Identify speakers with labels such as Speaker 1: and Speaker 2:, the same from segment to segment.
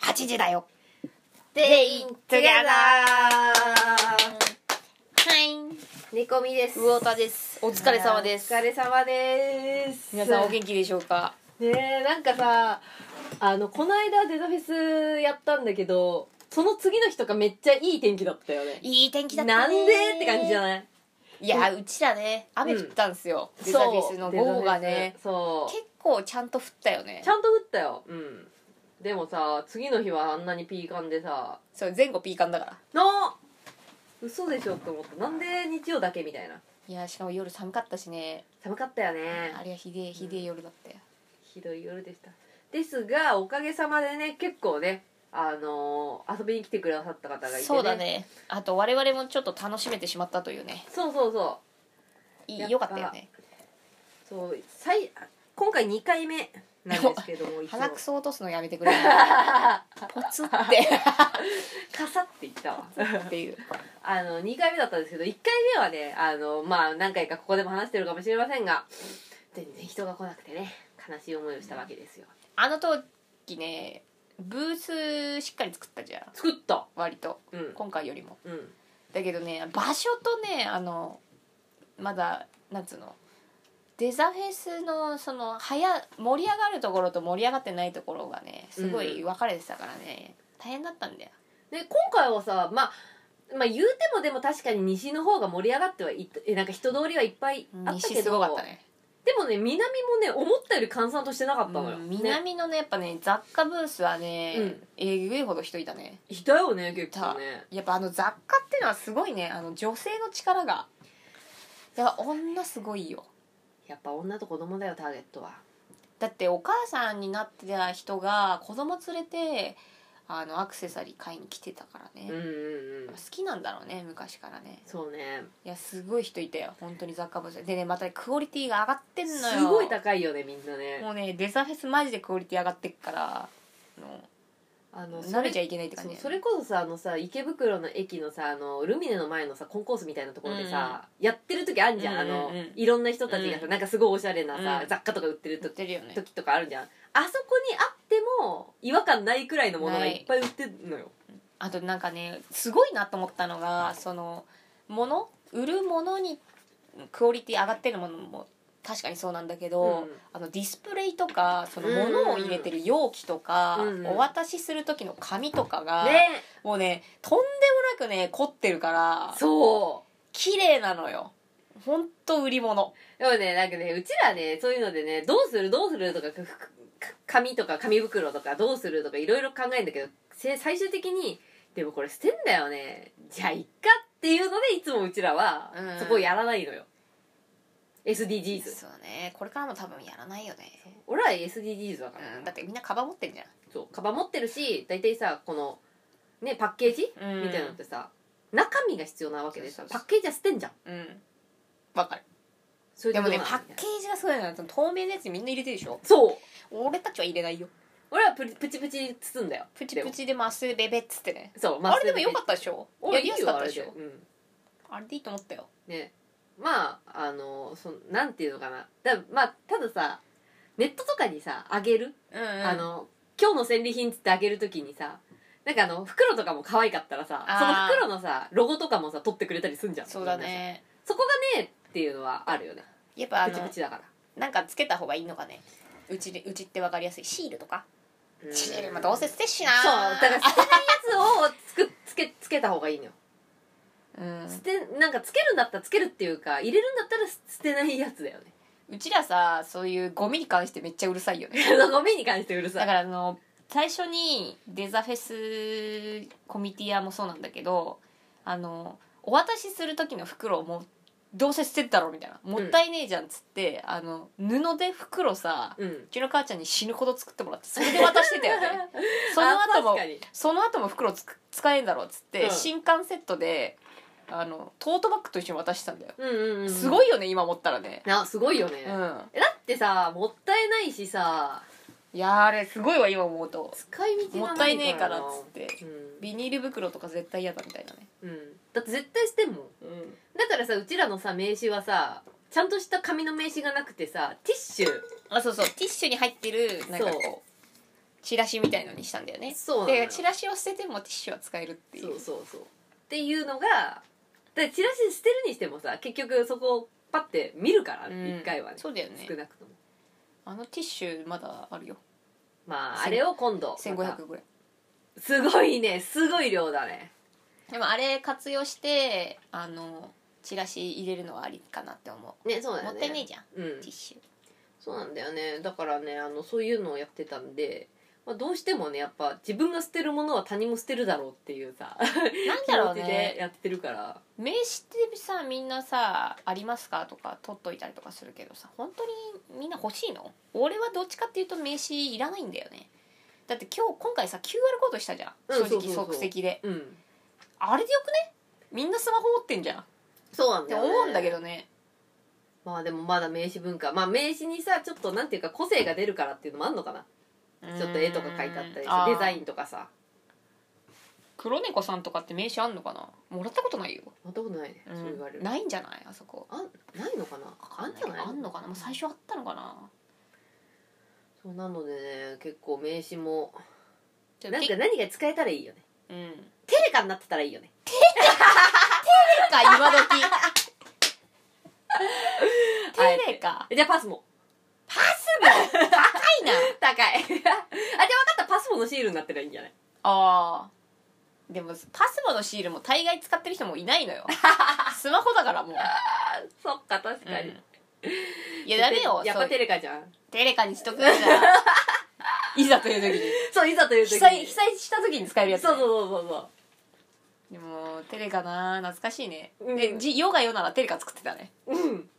Speaker 1: 8時だよ
Speaker 2: They in together
Speaker 1: はい
Speaker 2: 猫みです
Speaker 1: 魚田ですお疲れ様です
Speaker 2: お疲れ様です
Speaker 1: 皆さんお元気でしょうか
Speaker 2: ねえなんかさあのこの間デザフェスやったんだけどその次の日とかめっちゃいい天気だったよね
Speaker 1: いい天気だったね
Speaker 2: なんでって感じじゃ
Speaker 1: い
Speaker 2: ない
Speaker 1: いやうちらね雨降ったんですよ、デザフェスの午後がね
Speaker 2: そう
Speaker 1: 結構ちゃんと降ったよね
Speaker 2: ちゃんと降ったようんでもさ次の日はあんなにピーカンでさ
Speaker 1: そう前後ピーカンだから
Speaker 2: の嘘でしょって思ったなんで日曜だけみたいない
Speaker 1: やしかも夜寒かったしね
Speaker 2: 寒かったよね
Speaker 1: あれはひでえひでえ夜だったよ
Speaker 2: ひどい夜でしたですがおかげさまでね結構ねあのー遊びに来てくださった方がいて、ね、
Speaker 1: そうだねあと我々もちょっと楽しめてしまったというね
Speaker 2: そうそうそう
Speaker 1: い
Speaker 2: やっ
Speaker 1: い
Speaker 2: ぱ
Speaker 1: よかったよね
Speaker 2: そう最今回2回目なんですけどもいつも
Speaker 1: 鼻く そ落とすのやめてく れポツって
Speaker 2: カサって言ったわ
Speaker 1: っていう
Speaker 2: あの2回目だったんですけど1回目はねあのまあ何回かここでも話してるかもしれませんが全然人が来なくてね悲しい思いをしたわけですよ
Speaker 1: あの時ねブースしっかり作ったじゃん
Speaker 2: 作った
Speaker 1: 割と
Speaker 2: うん
Speaker 1: 今回よりも
Speaker 2: うん
Speaker 1: だけどね場所とねあのまだなんつうのデザフェスのそのはや盛り上がるところと盛り上がってないところがねすごい分かれてたからね、大変だったんだよ
Speaker 2: で今回はさまあまあ言うてもでも確かに西の方が盛り上がってはいっえなんか人通りはいっぱいあったけ
Speaker 1: 西
Speaker 2: ど
Speaker 1: すごかったね
Speaker 2: でもね南もね思ったより閑散としてなかったのよ、
Speaker 1: うん
Speaker 2: ね、
Speaker 1: 南のねやっぱね雑貨ブースはね、
Speaker 2: うん
Speaker 1: えぐいほど人いたね
Speaker 2: いたよね結構ね
Speaker 1: やっぱあの雑貨っていうのはすごいねあの女性の力がやっぱ女すごいよ
Speaker 2: やっぱ女と子供だよターゲットは
Speaker 1: だってお母さんになってた人が子供連れてあのアクセサリー買いに来てたからね、
Speaker 2: うんうんうん
Speaker 1: 好きなんだろうね昔からね
Speaker 2: そうね
Speaker 1: いやすごい人いたよ本当に雑貨ブースでねまたクオリティが上がってんのよ
Speaker 2: すごい高いよねみんなね
Speaker 1: もうねデザフェスマジでクオリティ上がってっからあ
Speaker 2: あ
Speaker 1: の
Speaker 2: の
Speaker 1: 慣れちゃ
Speaker 2: い
Speaker 1: いけないって感じ
Speaker 2: それこそさあのさ池袋の駅のさあのルミネの前のさコンコースみたいなところでさ、やってる時あんじゃん,、
Speaker 1: うんうんうん
Speaker 2: あのいろんな人たちがさ、
Speaker 1: うん
Speaker 2: なんかすごいおしゃれなさ、
Speaker 1: うん
Speaker 2: 雑貨とか売ってる
Speaker 1: 言っ
Speaker 2: 時
Speaker 1: てるよね
Speaker 2: 時とかあるじゃんあそこにあっても違和感ないくらいのものがいっぱい売ってるのよ
Speaker 1: あとなんかねすごいなと思ったのがそのもの売るものにクオリティ上がってるものも確かにそうなんだけど、
Speaker 2: うん
Speaker 1: あのディスプレイとかそのものを入れてる容器とか、
Speaker 2: うんうん
Speaker 1: お渡しする時の紙とかが、
Speaker 2: ね
Speaker 1: もうねとんでもなくね凝ってるから
Speaker 2: そう
Speaker 1: 綺麗なのよほんと売り物
Speaker 2: でもね、なんかね、うちらね、そういうのでね、どうするどうするとか、ふくか紙とか紙袋とかどうするとかいろいろ考えるんだけど、せ最終的に、でもこれ捨てんだよね。じゃあ、いっかっていうので、いつもうちらは
Speaker 1: うん、
Speaker 2: そこをやらないのよ。SDGs。
Speaker 1: そうねこれからも多分やらないよね、
Speaker 2: 俺ら SDGs だから。
Speaker 1: うん、だってみんなカバン持ってんじゃん
Speaker 2: そう、カバン持ってるし、大体さ、この、ね、パッケージ、
Speaker 1: うん
Speaker 2: みたいなのってさ、中身が必要なわけで
Speaker 1: そ
Speaker 2: さ
Speaker 1: う、そう
Speaker 2: パ
Speaker 1: そう
Speaker 2: ッケージは捨てんじゃん。
Speaker 1: うんわかる
Speaker 2: それ
Speaker 1: でもね
Speaker 2: どう
Speaker 1: パ
Speaker 2: な
Speaker 1: ッ
Speaker 2: のみたい
Speaker 1: ケージがすごいのよ透明のやつにみんな入れてるでしょ
Speaker 2: なそう。
Speaker 1: 俺たちは入れないよ
Speaker 2: 俺らプリプチプチ包んだよ。
Speaker 1: プチプチでマスベベっつってね
Speaker 2: そう、
Speaker 1: あれでもよ
Speaker 2: っ
Speaker 1: かったでしょ
Speaker 2: た
Speaker 1: やりやすかったでしょ
Speaker 2: あれうん
Speaker 1: あれでいいと思ったよ
Speaker 2: ねまああのそのなんていうのかなだまあたださネットとかにさあげる、
Speaker 1: うん、
Speaker 2: あの今日の戦利品っつってあげるときにさなんかあの袋とかも可愛かったらさ
Speaker 1: あー
Speaker 2: その袋のさロゴとかもさ取ってくれたりすんじゃん
Speaker 1: そうだ
Speaker 2: みんなさ
Speaker 1: ね
Speaker 2: そこがねっていうのはあるよね
Speaker 1: やっぱあ
Speaker 2: プチ
Speaker 1: の
Speaker 2: プチだから
Speaker 1: なんかつけた方がいいのかねうちでうちって分かりやすいシールとか
Speaker 2: うん
Speaker 1: シールも
Speaker 2: そ
Speaker 1: どう
Speaker 2: う
Speaker 1: せ捨てっしな
Speaker 2: だから捨てないやつをつくつけつけた方がいいのよ
Speaker 1: うん
Speaker 2: 捨てなんかつけるんだったらつけるっていうか入れるんだったら捨捨てないやつだよ ね
Speaker 1: うちらさそういうゴミに関してめっちゃうるさいよね
Speaker 2: あのゴミに関してうる さ
Speaker 1: だ
Speaker 2: い
Speaker 1: からあの最初にデザフェスコミティアもそうなんだけどあのお渡しする時の袋をもうどうせ捨てたろみたいなもったいねえじゃんっつって、あの布で袋さ
Speaker 2: うん
Speaker 1: うちの母ちゃんに死ぬほど作ってもらってそれで渡してたよね その後
Speaker 2: あ
Speaker 1: も
Speaker 2: 確かに
Speaker 1: その後も袋つく使えんだろうっつって、
Speaker 2: うん
Speaker 1: 新刊セットであのトートバッグと一緒に渡してたんだよ、
Speaker 2: うんうんうん、
Speaker 1: すごいよね今思ったらね
Speaker 2: なすごいよね、
Speaker 1: う
Speaker 2: だ
Speaker 1: ん
Speaker 2: ってさもったいないしさ
Speaker 1: いやーあれすごいわ今思うと
Speaker 2: 使い道
Speaker 1: も
Speaker 2: が
Speaker 1: った
Speaker 2: ない
Speaker 1: ねえからっ
Speaker 2: な
Speaker 1: つって
Speaker 2: う
Speaker 1: ビニール袋とか絶対嫌だみたいなね
Speaker 2: ん、うん、だって絶対してんもん
Speaker 1: うん
Speaker 2: だからさうちらのさ名刺はさちゃんとした紙の名刺がなくてさティッシュ
Speaker 1: あそうそうティッシュに入ってるなんかこうチラシみたいのにしたんだよね
Speaker 2: そうなの
Speaker 1: で
Speaker 2: よ
Speaker 1: チラシを捨ててもティッシュは使えるっていう
Speaker 2: そうそうそうっていうのがでチラシ捨てるにしてもさ結局そこをパッて見るから一、
Speaker 1: うん
Speaker 2: 回はね
Speaker 1: そうだよね
Speaker 2: 少なくとも
Speaker 1: あのティッシュまだあるよ
Speaker 2: まあ
Speaker 1: せん
Speaker 2: あれを今度ま
Speaker 1: 1500ぐらい
Speaker 2: たすごいねすごい量だね
Speaker 1: でもあれ活用してあのチラシ入れるのはありかなって思う
Speaker 2: ねそうだ
Speaker 1: も
Speaker 2: よね
Speaker 1: ったいねえじゃんテ
Speaker 2: うん
Speaker 1: ィッシュ
Speaker 2: そうなんだよねだからねあのそういうのをやってたんで、まあ、どうしてもねやっぱ自分が捨てるものは他人も捨てるだろうっていうさ
Speaker 1: なん
Speaker 2: 気
Speaker 1: だろう
Speaker 2: 持ちで
Speaker 1: ね
Speaker 2: やってるから
Speaker 1: 名刺ってさみんなさ「ありますか?」とか取っといたりとかするけどさ本当にみんな欲しいの俺はどっちかっていうと名刺いらないんだよねだって今日今回さ QR コードしたじゃん
Speaker 2: うん
Speaker 1: 正
Speaker 2: そう
Speaker 1: 直
Speaker 2: そうそう
Speaker 1: 即席で
Speaker 2: うん
Speaker 1: あれでよくねみんなスマホ持ってんじゃんっ
Speaker 2: そうなん
Speaker 1: て
Speaker 2: だよ、ね、
Speaker 1: 思うんだけどね
Speaker 2: まあでもまだ名刺文化まあ名刺にさちょっとなんていうか個性が出るからっていうのもあんのかなちょっと絵とか描いてあったりさ
Speaker 1: うん
Speaker 2: デザインとかさ
Speaker 1: 黒猫さんとかって名刺あんのかなもらったことないよ、
Speaker 2: またことないね、
Speaker 1: うん
Speaker 2: そう言われる
Speaker 1: ないんじゃないあそこ
Speaker 2: あんないのかなあんじゃない
Speaker 1: あんのかなもう最初あったのかな
Speaker 2: そうなのでね結構名刺も
Speaker 1: じゃあ
Speaker 2: なん
Speaker 1: ピ
Speaker 2: か何が使えたらいいよね
Speaker 1: うん
Speaker 2: テレカになってたらいいよね
Speaker 1: テレカ今時 テレカ
Speaker 2: じゃあパスモ
Speaker 1: パスも 高いな
Speaker 2: 高いあじゃあ分かったパスモのシールになってりゃいいんじゃない
Speaker 1: あーでもパスモのシールも大概使ってる人もいないの よスマホだからもう、
Speaker 2: あそっか確かに、
Speaker 1: いやダメよ
Speaker 2: やっ
Speaker 1: そ
Speaker 2: ぱ
Speaker 1: う
Speaker 2: テレカじゃん
Speaker 1: テレカにしとくん だらいざという時に
Speaker 2: そういざという
Speaker 1: 被
Speaker 2: 時に
Speaker 1: 災被災した時に使えるやつ
Speaker 2: そうそうそうそうそう
Speaker 1: でもテレカな懐かしいね、
Speaker 2: うん
Speaker 1: でじヨガヨならテレカ作ってたね
Speaker 2: うん。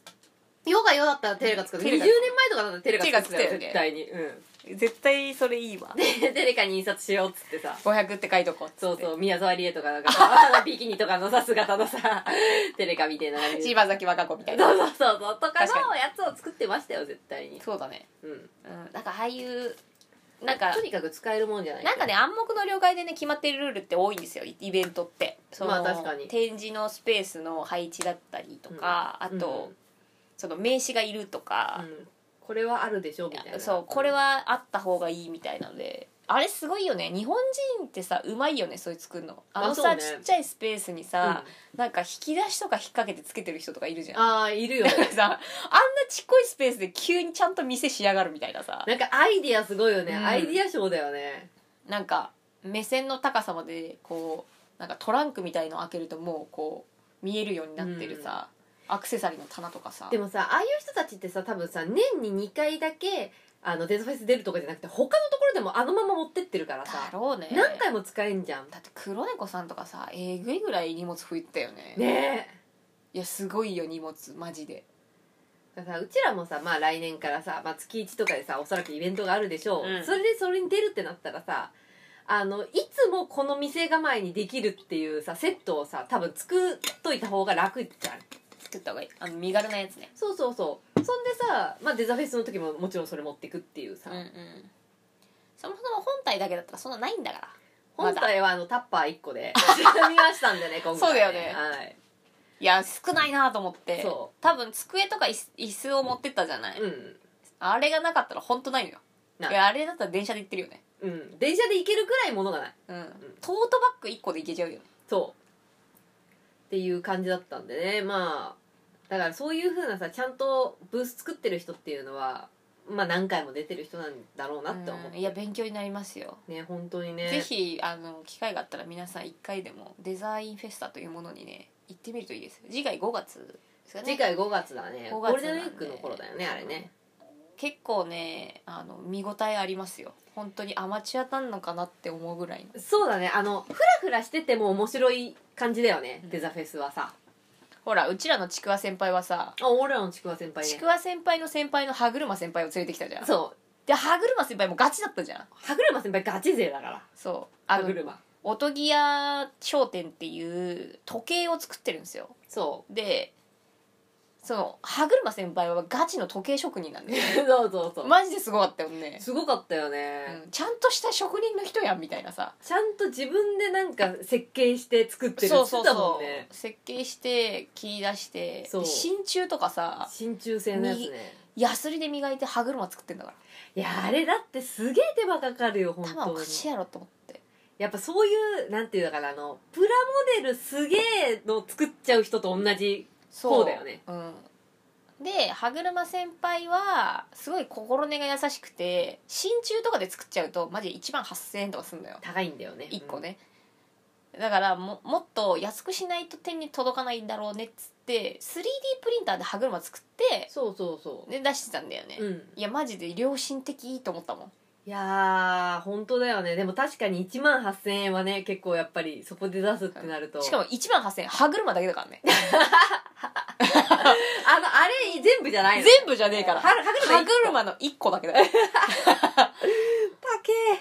Speaker 2: ヨガヨだったらテレカ作る。
Speaker 1: テ
Speaker 2: 20
Speaker 1: レ
Speaker 2: 年
Speaker 1: カ
Speaker 2: 前とかだったらテレカ作ってた
Speaker 1: テ
Speaker 2: よ、
Speaker 1: レ
Speaker 2: 絶
Speaker 1: カ
Speaker 2: 対に。うん。
Speaker 1: 絶対それいいわ
Speaker 2: で、テレカに印刷しようっつってさ。
Speaker 1: 500って書いとこうっつって
Speaker 2: そうそう、宮沢りえとかなんかさ、ビキニとかのさ、姿のさ、 テレカみたいな感じで。
Speaker 1: 柴崎和歌子みたいな
Speaker 2: そうそうそうそう、とか
Speaker 1: 確か
Speaker 2: のやつを作ってましたよ、絶対に。
Speaker 1: そうだね
Speaker 2: うん。
Speaker 1: うんなんかああいうなんか
Speaker 2: とにかく使えるもんじゃない。
Speaker 1: なんかね暗黙の了解でね決まってるルールって多いんですよイイベントってその
Speaker 2: まあ確かに
Speaker 1: 展示のスペースの配置だったりとか、
Speaker 2: うん
Speaker 1: あと、その名刺がいると
Speaker 2: う
Speaker 1: か、
Speaker 2: ん。これはあるでしょ、みたいな。
Speaker 1: そうこれ。はあった方がいいみたいなのであれすごいよね日本人ってさうまいよねそういう作るのあのさ、
Speaker 2: あそうね
Speaker 1: ちっちゃいスペースに
Speaker 2: うん、
Speaker 1: さ
Speaker 2: あ、
Speaker 1: なんか引き出しとか引っ掛けてつけてる人とかいるじゃん
Speaker 2: あー、いるよ
Speaker 1: だ。からさあんなちっこいスペースで急にちゃんと店しやがるみたいなさ
Speaker 2: なんかアイディアすごいよね。
Speaker 1: うん
Speaker 2: アイディア賞だよね。
Speaker 1: なんか目線の高さまでこうなんかトランクみたいの開けるともうこう見えるようになってるさ、アクセサリーの棚とかさ
Speaker 2: でもさああいう人たちってさ多分さ年に2回だけあのデザフェス出るとかじゃなくて他のところでもあのまま持ってってるから
Speaker 1: だ
Speaker 2: さ
Speaker 1: ろうね
Speaker 2: 何回も使えんじゃん
Speaker 1: だって黒猫さんとかさえぐいぐらい荷物増えたよね
Speaker 2: ね
Speaker 1: いやすごいよ荷物マジで
Speaker 2: えだからさうちらもさまあ来年からさ、まあ、月1とかでさおそらくイベントがあるでしょう、
Speaker 1: うん
Speaker 2: それでそれに出るってなったらさあのいつもこの店構えにできるっていうさセットをさ多分作っといた方が楽じゃん
Speaker 1: 作った方がいいあの身軽なやつね
Speaker 2: そうそうそうそんでさ、まあ、デザフェスの時ももちろんそれ持ってくっていうさ、
Speaker 1: うんうんそもそも本体だけだったらそんなないんだから
Speaker 2: 本体はあのタッパー1個で頼みましたんでね今 回
Speaker 1: そうだよね
Speaker 2: はい
Speaker 1: いや少ないなと思って
Speaker 2: そ
Speaker 1: 多分机とか椅子椅子を持ってったじゃない、
Speaker 2: うん
Speaker 1: あれがなかったら本当ないのよ
Speaker 2: ない
Speaker 1: いやあれだったら電車で行ってるよね
Speaker 2: うん電車で行けるくらいものがない
Speaker 1: うん、トートバッグ1個でいけちゃうよね
Speaker 2: そうっていう感じだったんでねまあだからそういう風なさちゃんとブース作ってる人っていうのはまあ何回も出てる人なんだろうなって思う、
Speaker 1: うんいや勉強になりますよ、
Speaker 2: ね本当にね
Speaker 1: ぜひあの機会があったら皆さん1回でもデザインフェスタというものにね行ってみるといいです次回5月ですかね
Speaker 2: 次回5月だね
Speaker 1: 5
Speaker 2: ゴ
Speaker 1: 月なんで
Speaker 2: ールデンウィークの頃だよねあれね
Speaker 1: 結構ねあの見応えありますよ本当にアマチュアなんのかなって思うぐらいの
Speaker 2: そうだねあのフラフラしてても面白い感じだよね、デザフェスはさ
Speaker 1: ほらうちらのちくわ先輩はさ
Speaker 2: あ俺らのちくわ先輩ね
Speaker 1: ちくわ先輩の先輩の歯車先輩を連れてきたじゃん
Speaker 2: そう
Speaker 1: で歯車先輩もガチだったじゃん
Speaker 2: 歯車先輩ガチ勢だから
Speaker 1: そうあ
Speaker 2: 歯
Speaker 1: の
Speaker 2: 車
Speaker 1: 音木屋商店っていう時計を作ってるんですよ
Speaker 2: そ
Speaker 1: でその歯車先輩はガチの時計職人なん
Speaker 2: う
Speaker 1: だよ
Speaker 2: そうそうそう、
Speaker 1: マジですごかったよね、
Speaker 2: すごかったよ
Speaker 1: う
Speaker 2: ね、
Speaker 1: ん、ちゃんとした職人の人やんみたいなさ
Speaker 2: ちゃんと自分でなんか設計して作ってる
Speaker 1: そうそう
Speaker 2: だも
Speaker 1: そ
Speaker 2: ん
Speaker 1: う、
Speaker 2: ね
Speaker 1: 設計して切り出して
Speaker 2: そう
Speaker 1: 真鍮とかさ
Speaker 2: 真鍮製のやつね
Speaker 1: ヤスリで磨いて歯車作ってんだから
Speaker 2: いやあれだってすげえ手間かかるよ本
Speaker 1: 頭お
Speaker 2: 当
Speaker 1: か
Speaker 2: に
Speaker 1: しいやろと思って
Speaker 2: やっぱそういうなんていうのかなあのプラモデルすげえの作っちゃう人と同じそうだよね
Speaker 1: うんで歯車先輩はすごい心根が優しくて真鍮とかで作っちゃうとマジで1万8000円とかすんだよ
Speaker 2: 高いんだよね
Speaker 1: 1個ね、だからももっと安くしないと手に届かないんだろうねっつって 3D プリンターで歯車作って
Speaker 2: そうそうそう、
Speaker 1: で出してたんだよね、
Speaker 2: うん
Speaker 1: いやマジで良心的いいと思ったもん
Speaker 2: いやー本当だよねでも確かに1万8000円はね結構やっぱりそこで出すってなると
Speaker 1: しかも1万8000円歯車だけだからね
Speaker 2: あのあれ全部じゃないの
Speaker 1: 全部じゃねえから
Speaker 2: は
Speaker 1: 歯
Speaker 2: 歯車一個
Speaker 1: 車の1個だけだよ
Speaker 2: 高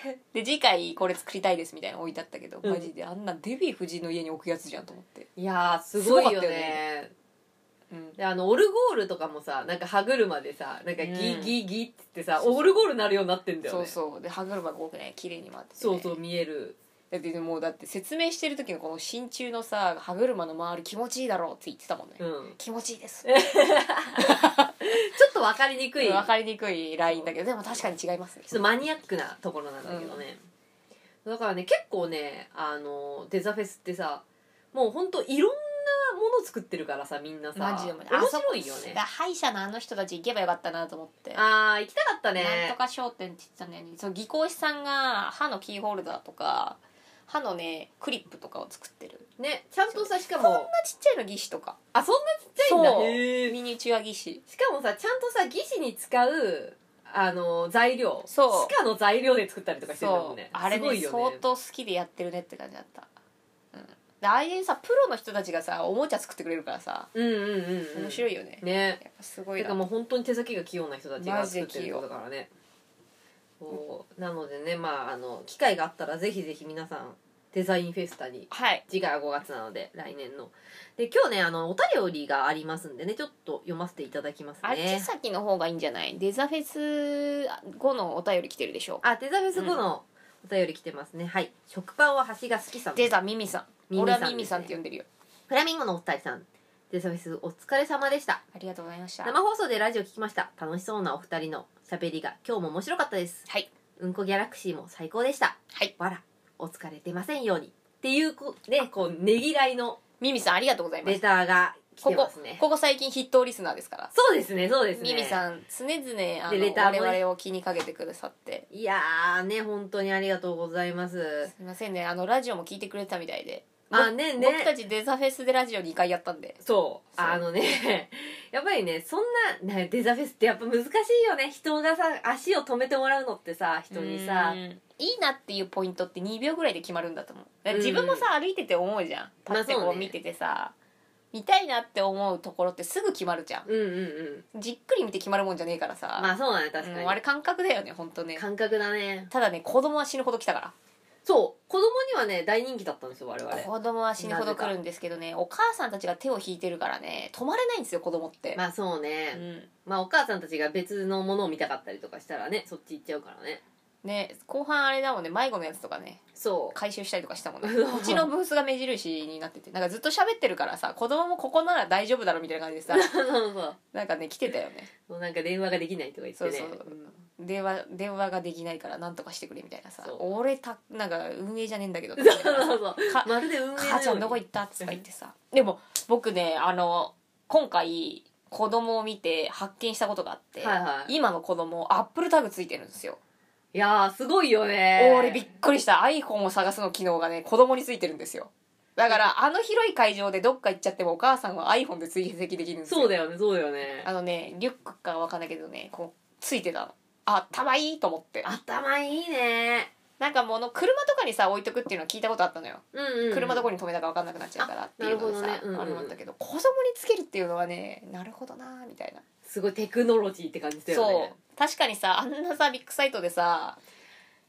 Speaker 2: え
Speaker 1: で次回これ作りたいですみたいなの置いてあったけど、
Speaker 2: うん
Speaker 1: マジであんなデヴィ夫人の家に置くやつじゃんと思って
Speaker 2: いやーすごいよ
Speaker 1: すごかったよ
Speaker 2: ね
Speaker 1: ねうん
Speaker 2: であのオルゴールとかもさなんか歯車でさなんかギ
Speaker 1: うん
Speaker 2: ギギってってさ、
Speaker 1: そうそう
Speaker 2: オルゴールになるようになってんだよ
Speaker 1: そ
Speaker 2: ね
Speaker 1: うそうで歯車が多くない綺麗に回ってて
Speaker 2: そうそう見える
Speaker 1: だってもうだって説明してる時のこの真鍮のさ歯車の周り気持ちいいだろうって言ってたもんね、
Speaker 2: うん
Speaker 1: 気持ちいいです
Speaker 2: ちょっと分かりにくいちょ
Speaker 1: 分
Speaker 2: っ
Speaker 1: かりにくいラインだけどでも確かに違いますね
Speaker 2: とマニアックなところなんだけどね、だからね結構ねあのデザフェスってさもうほんといろんなもの作ってるからさみんなさ
Speaker 1: マジで
Speaker 2: 面
Speaker 1: あそこ
Speaker 2: 白いよ
Speaker 1: だ
Speaker 2: ね
Speaker 1: から歯医者のあの人たち行けばよかったなと思って
Speaker 2: あー行きたかった
Speaker 1: なん
Speaker 2: ね
Speaker 1: とか商店って言ってたんだよねそう技工士さんが歯のキーホルダーとか歯のねクリップとかを作ってる
Speaker 2: ねちゃんとさしか
Speaker 1: こんな
Speaker 2: も
Speaker 1: ちっちゃいの技師とか
Speaker 2: あそんなちっちゃいんだ
Speaker 1: そう
Speaker 2: へー
Speaker 1: ミニチュア技師
Speaker 2: しかもさちゃんとさ技師に使うあの材料
Speaker 1: そう
Speaker 2: 歯科の材料で作ったりとかしてるんだも
Speaker 1: そ
Speaker 2: ん
Speaker 1: う
Speaker 2: ね
Speaker 1: あれ
Speaker 2: すご
Speaker 1: ね
Speaker 2: いよ
Speaker 1: 相
Speaker 2: ね
Speaker 1: 当好きでやってるねって感じだった、うん、でああいうさプロの人たちがさおもちゃ作ってくれるからさ
Speaker 2: うんうんうん、うん、
Speaker 1: 面白
Speaker 2: い
Speaker 1: いよね、
Speaker 2: ね
Speaker 1: やっぱすごい
Speaker 2: て
Speaker 1: な
Speaker 2: かもう本当に手先が器用な人たちが
Speaker 1: マジ
Speaker 2: 作
Speaker 1: で
Speaker 2: って
Speaker 1: 器
Speaker 2: る
Speaker 1: 用
Speaker 2: ことだからねそうなのでねまああの機会があったらぜひぜひ皆さんデザインフェスタに
Speaker 1: はい
Speaker 2: 次回は5月なので来年ので今日ねあのお便りがありますんでねちょっと読ませていただきます
Speaker 1: あっち
Speaker 2: ね
Speaker 1: 先の方がいいんじゃないデザフェス後のお便り来てるでしょ
Speaker 2: あデザフェス後のお便り来てますね、はい食パンは端が好きさん
Speaker 1: デザミミさん
Speaker 2: ミミさん
Speaker 1: 俺は
Speaker 2: ですね
Speaker 1: ミミさんって呼んでるよ
Speaker 2: フラミンゴのお二人さんデザフェスお疲れ様でした
Speaker 1: ありがとうございました
Speaker 2: 生放送でラジオ聞きました楽しそうなお二人のしゃべりが今日も面白かったです
Speaker 1: はい
Speaker 2: うんこギャラクシーも最高でした
Speaker 1: はい
Speaker 2: わらお疲れ出ませんようにっていうこねこうねぎらいの
Speaker 1: ミミさんありがとうございま
Speaker 2: レ
Speaker 1: す
Speaker 2: ターが来
Speaker 1: こ
Speaker 2: てま
Speaker 1: こ
Speaker 2: すね
Speaker 1: ここ最近筆頭リスナーですから
Speaker 2: そうですねそうですね
Speaker 1: ミミさん常々あ
Speaker 2: で
Speaker 1: の
Speaker 2: レターもね
Speaker 1: 我々を気にかけてくださって
Speaker 2: いやーね本当にありがとうございます
Speaker 1: すいませんねあのラジオも聞いてくれてたみたいで
Speaker 2: あねね
Speaker 1: 僕たちデザフェスでラジオ2回やったんで
Speaker 2: そう
Speaker 1: そう
Speaker 2: あのねやっぱりねそんなねデザフェスってやっぱ難しいよね人がさ足を止めてもらうのってさ人にさ
Speaker 1: うんいいなっていうポイントって2秒ぐらいで決まるんだと思うだから
Speaker 2: うん
Speaker 1: 自分もさ歩いてて思うじゃんパッて
Speaker 2: まあ
Speaker 1: こう
Speaker 2: そうね
Speaker 1: 見ててさ、見たいなって思うところってすぐ決まるじゃん
Speaker 2: うんうんうん
Speaker 1: じっくり見て決まるもんじゃねえからさ、
Speaker 2: まあそうだね確かに、
Speaker 1: うんあれ感覚だよね本当ね
Speaker 2: 感覚だね
Speaker 1: ただね子供は死ぬほど来たから
Speaker 2: そう子供にはね大人気だったんですよ我々
Speaker 1: 子供は死ぬほど来るんですけどねお母さんたちが手を引いてるからね止まれないんですよ子供って、
Speaker 2: まあそうね、
Speaker 1: うん
Speaker 2: まあお母さんたちが別のものを見たかったりとかしたらねそっち行っちゃうからね
Speaker 1: ね後半あれだもんね迷子のやつとかね
Speaker 2: そう
Speaker 1: 回収したりとかしたもん ね
Speaker 2: うわ
Speaker 1: うちのブースが目印になっててなんかずっと喋ってるからさ子供もここなら大丈夫だろみたいな感じで さ
Speaker 2: そうそう
Speaker 1: なんかね来てたよね
Speaker 2: そうなんか電話ができないとか言ってね
Speaker 1: そうそうん電話電話ができないからなんとかしてくれみたいなさ
Speaker 2: そう
Speaker 1: 俺たなんか運営じゃねえんだけどって
Speaker 2: そ
Speaker 1: 言っ
Speaker 2: う
Speaker 1: てたからさ
Speaker 2: そうそう
Speaker 1: か
Speaker 2: まるで運営のように
Speaker 1: 母ちゃんどこ行った?」とか言ってさ でも僕ねあの今回子供を見て発見したことがあって、
Speaker 2: はいはい
Speaker 1: 今の子供アップルタグついてるんですよ、
Speaker 2: いやーすごいよね
Speaker 1: 俺びっくりした iPhone を探すの機能がね子供についてるんですよだからあの広い会場でどっか行っちゃってもお母さんは iPhone で追跡できるんですよ
Speaker 2: そうだよねそうだよね
Speaker 1: あのねリュックかわかんないけどねこうついてたのあ頭いいと思って
Speaker 2: 頭いいね
Speaker 1: なんかもうの車とかにさ置いとくっていうのは聞いたことあったのよ
Speaker 2: うんうん
Speaker 1: 車どこに止めたか分かんなくなっちゃうからっていうのでさ
Speaker 2: なるほどねうんうん
Speaker 1: あれもあったけど子供につけるっていうのはねなるほどなーみたいな、
Speaker 2: すごいテクノロジーって感じだよ
Speaker 1: そ
Speaker 2: ね
Speaker 1: う確かにさあんなさビッグサイトでさ、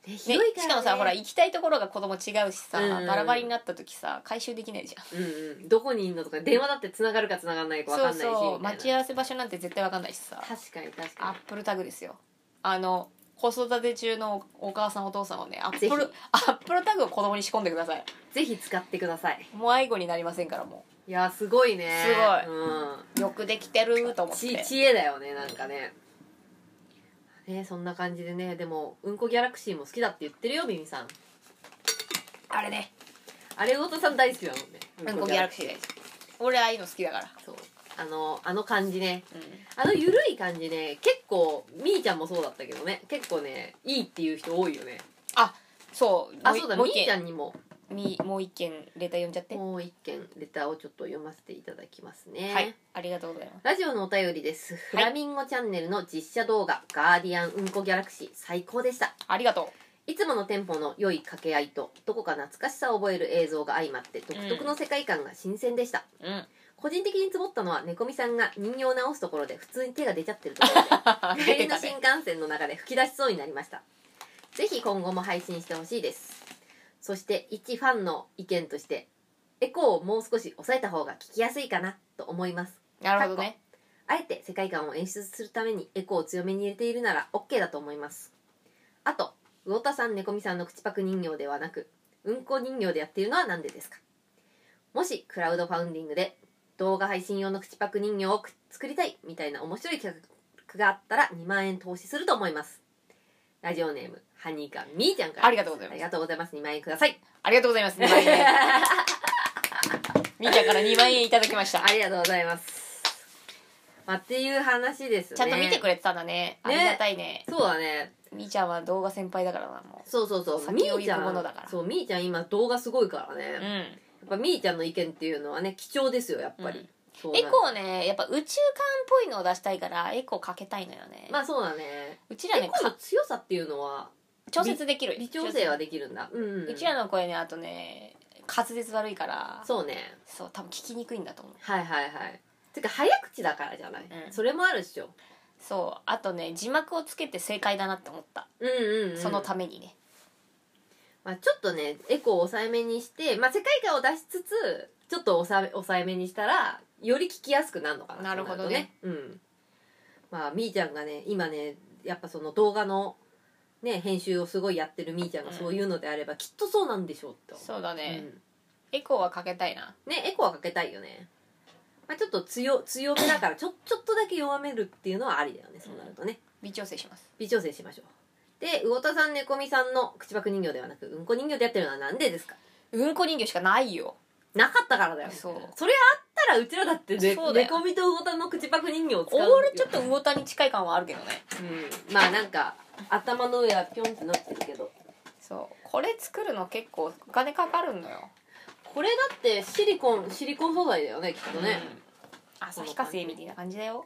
Speaker 2: そう
Speaker 1: ね
Speaker 2: 広いから、
Speaker 1: し
Speaker 2: ね、
Speaker 1: かもさほら行きたいところが子供違うしさ、
Speaker 2: うんうん
Speaker 1: バラバラになった時さ回収できないじゃん
Speaker 2: うんうんどこにいんのとか電話だって繋がるか繋がんないか分かんないし
Speaker 1: そうそう
Speaker 2: みたいな
Speaker 1: 待ち合わせ場所なんて絶対分かんないしさ
Speaker 2: 確かに確
Speaker 1: ア
Speaker 2: か
Speaker 1: ップルタグですよあの子育て中のお母さんお父さんはねアッ
Speaker 2: ぜひ
Speaker 1: プルアップルタグを子供に仕込んでください
Speaker 2: にぜひ使ってください
Speaker 1: もう迷子になりませんからも
Speaker 2: いやーすごいね
Speaker 1: す
Speaker 2: ごい、うん
Speaker 1: うよくできてると思って
Speaker 2: ち知恵だよねなんかねねそんな感じでねでもうんこギャラクシーも好きだって言ってるよミミさん
Speaker 1: あれね
Speaker 2: あれ魚田さん大好きだもんね
Speaker 1: うんこギャラクシーです俺ああいうの好きだから、
Speaker 2: そうあのあの感じね
Speaker 1: うん、
Speaker 2: あのゆるい感じね結構みーちゃんもそうだったけどね結構ねいいっていう人多いよね
Speaker 1: そう
Speaker 2: あそうだ
Speaker 1: も
Speaker 2: み
Speaker 1: う一
Speaker 2: ーちゃ
Speaker 1: 件
Speaker 2: んにも
Speaker 1: みもう一件レター読んじゃって
Speaker 2: もう一件レターをちょっと読ませていただきますね
Speaker 1: はいありがとうございます
Speaker 2: ラジオのお便りです、フラミンゴチャンネルの実写動画「ガーディアンうんこギャラクシー」最高でした
Speaker 1: ありがと
Speaker 2: いつものテンポの良い掛け合いとどこか懐かしさを覚える映像が相まって独特の世界観が新鮮でした、
Speaker 1: ううん
Speaker 2: 個人的につぼったのは猫みさんが人形を直すところで普通に手が出ちゃってるとこ ろで帰
Speaker 1: 出て
Speaker 2: りの
Speaker 1: た
Speaker 2: 新
Speaker 1: ね
Speaker 2: 幹線の中で吹き出しそうになりましたぜひ今後も配信してほしいですそして一ファンの意見としてエコーをもう少し抑えた方が聞きやすいかなと思います
Speaker 1: なるほどね
Speaker 2: あえて世界観を演出するためにエコーを強めに入れているなら OK だと思います。あと、魚田さん、猫みさんの口パク人形ではなく、うんこ人形でやっているのは何でですかもし、クラウドファウンディングで動画配信用の口パク人形をく作りたいみたいな面白い企画があったら2万円投資すると思います。ラジオネーム、ハニーカみーちゃんから。
Speaker 1: ありがとうござい
Speaker 2: あ
Speaker 1: ま
Speaker 2: り
Speaker 1: す
Speaker 2: がとうございます。2万円ください。
Speaker 1: ありがとうございます2
Speaker 2: あ
Speaker 1: 万円みーちゃんから2万円いただきました
Speaker 2: りがとうございます。まあ、っていう話ですね。
Speaker 1: ちゃんと見てくれてたんだねあ
Speaker 2: ね
Speaker 1: りがたいね
Speaker 2: そうだね。
Speaker 1: みーちゃんは動画先輩だからなも
Speaker 2: そうそうそうみ
Speaker 1: 先を
Speaker 2: ー
Speaker 1: 行
Speaker 2: ちゃ
Speaker 1: く
Speaker 2: ん
Speaker 1: ものだから
Speaker 2: そうみーちゃん今動画すごいからね、
Speaker 1: うう
Speaker 2: やっ
Speaker 1: ん
Speaker 2: ぱみーちゃんの意見っていうのはね貴重ですよやっぱり、
Speaker 1: うん
Speaker 2: そうな
Speaker 1: エコーねやっぱ宇宙観っぽいのを出したいからエコーかけたいのよね、
Speaker 2: まあそうだね
Speaker 1: うちら
Speaker 2: エ
Speaker 1: ね
Speaker 2: コの
Speaker 1: か
Speaker 2: 強さっていうのは
Speaker 1: 調節できる
Speaker 2: 微調整はできるんだうんうん、
Speaker 1: うちらの声ねあとね滑舌悪いからそう
Speaker 2: そうね
Speaker 1: 多分聞きにくいんだと思う
Speaker 2: はいはいはいてか早口だからじゃない、
Speaker 1: うん
Speaker 2: それもあるっしょ
Speaker 1: そうあとね字幕をつけて正解だなって思った、
Speaker 2: うんうん、
Speaker 1: その
Speaker 2: た、
Speaker 1: ためにね
Speaker 2: まあ、ちょっとねエコーを抑えめにして、まあ、世界観を出しつつちょっと抑え抑えめにしたらより聞きやすくなるのかな
Speaker 1: なるほどね
Speaker 2: そうなるとねうんまあみーちゃんがね今ねやっぱその動画のね編集をすごいやってるみーちゃんが
Speaker 1: うん
Speaker 2: そういうのであれば、きっとそうなんでしょうと
Speaker 1: そうだ
Speaker 2: う
Speaker 1: ね、
Speaker 2: ん
Speaker 1: エコーはかけたいな
Speaker 2: ねエコーはかけたいよね、まあ、ちょっと強強めだからちょちょっとだけ弱めるっていうのはありだよねそうなるとね、
Speaker 1: 微調整します
Speaker 2: 微調整しましょうで魚田さん猫みさんの口パク人形ではなくうんこ人形でやってるのはなんでですか
Speaker 1: うんこ人形しかないよ
Speaker 2: なかったからだよ
Speaker 1: そう
Speaker 2: それあったらうちらだってね
Speaker 1: そうだよ
Speaker 2: 猫みと魚田の口パク人形を使う
Speaker 1: 俺ちょっと魚田に近い感はあるけどね
Speaker 2: うん、まあなんか頭の上はピョンってなってるけど
Speaker 1: そうこれ作るの結構お金かかるのよ
Speaker 2: これだってシリコンシリコン素材だよねきっとね、
Speaker 1: 旭化成みたいな感じだよ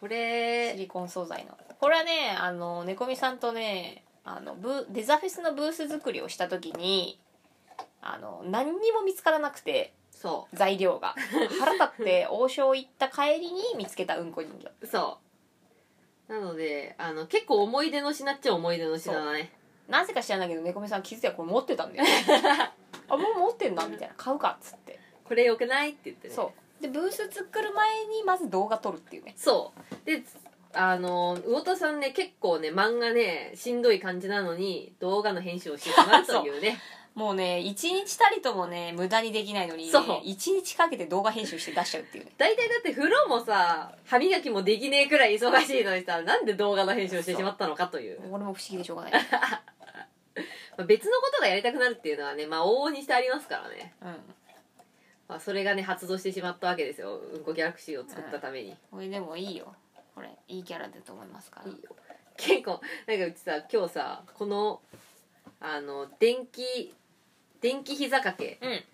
Speaker 2: こ
Speaker 1: シ
Speaker 2: れ
Speaker 1: リコン素材のこれはねあの猫みさんとねあのブデザフェスのブース作りをした時にあの何にも見つからなくて
Speaker 2: そ
Speaker 1: 材料が腹立って王将行った帰りに見つけたうんこ人形
Speaker 2: うそうなのであの結構思い出の品っちゃ思い出の品だね
Speaker 1: なぜか知らないけど猫みさん気づいたらこれ持ってたんだよあもう持ってんなみたいな買うかっつって
Speaker 2: これよくないって言ってね
Speaker 1: そうでブース作る前にまず動画撮るっていうね
Speaker 2: そうであの魚田さんね結構ね漫画ねしんどい感じなのに動画の編集をしてしまうとい うね
Speaker 1: もうね一日たりともね無駄にできないのに、ね
Speaker 2: そう、
Speaker 1: 一日かけて動画編集して出しちゃうっていうね
Speaker 2: 大体だって風呂もさ歯磨きもできねえくらい忙しいのにさなんで動画の編集をしてしまったのかという
Speaker 1: 俺も不思議で しょうがない、
Speaker 2: まあ別のことがやりたくなるっていうのはねまあ往々にしてありますからね、
Speaker 1: うん、
Speaker 2: まあ、それがね発動してしまったわけですようんこギャラクシーを作ったために、
Speaker 1: これでもいいよこれいいキャラだと思いますから
Speaker 2: いいよ結構なんかうちさ今日さこのあの電気電気膝掛け
Speaker 1: うん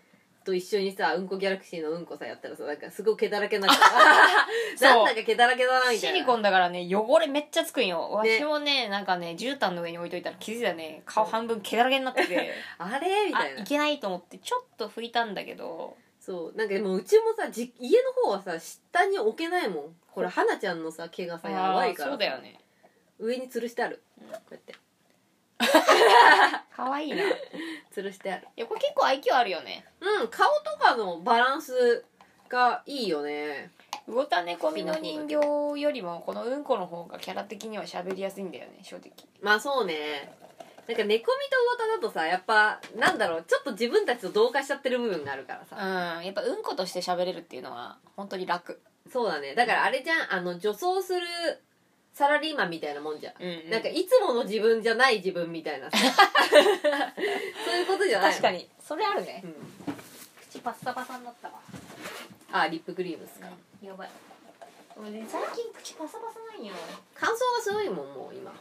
Speaker 2: と一緒にさうんこギャラクシーのうんこさやったらさなんかすごい毛だらけになっちゃう
Speaker 1: そう
Speaker 2: なんだか毛だらけだなみた
Speaker 1: シ
Speaker 2: いな
Speaker 1: リコンだからね汚れめっちゃつくんよわ
Speaker 2: ね
Speaker 1: しもねなんかね絨毯の上に置いといたら気づいたらね顔半分毛だらけになってて
Speaker 2: あれみ
Speaker 1: あ
Speaker 2: たいない
Speaker 1: けないと思ってちょっと拭いたんだけど
Speaker 2: そうなんかでもうちもさじ家の方はさ下に置けないもんこれ花ちゃんのさ毛がさやばいから
Speaker 1: あーそうだよね
Speaker 2: 上に吊るしてある
Speaker 1: うん
Speaker 2: こうやって
Speaker 1: 可 愛いない
Speaker 2: 吊るしてある
Speaker 1: やこれ結構愛嬌あるよね
Speaker 2: うん顔とかのバランスがいいよね
Speaker 1: 魚田猫みの人形よりもこのうんこの方がキャラ的には喋りやすいんだよね正直
Speaker 2: まあそうねなんか猫みと魚田だとさやっぱなんだろうちょっと自分たちと同化しちゃってる部分があるからさ
Speaker 1: うんやっぱうんことして喋れるっていうのは本当に楽
Speaker 2: そうだねだからあれじゃんあの女装するサラリーマンみたいなもんじゃん、
Speaker 1: うんうん
Speaker 2: なんかいつもの自分じゃない自分みたい なさそういうことじゃないの
Speaker 1: 確か、にそれあるね
Speaker 2: うん、
Speaker 1: 口パッサパサになったわ
Speaker 2: あリップクリームですか
Speaker 1: やばい俺ね最近口パサパサないよ、
Speaker 2: 乾燥がすごいもんもう今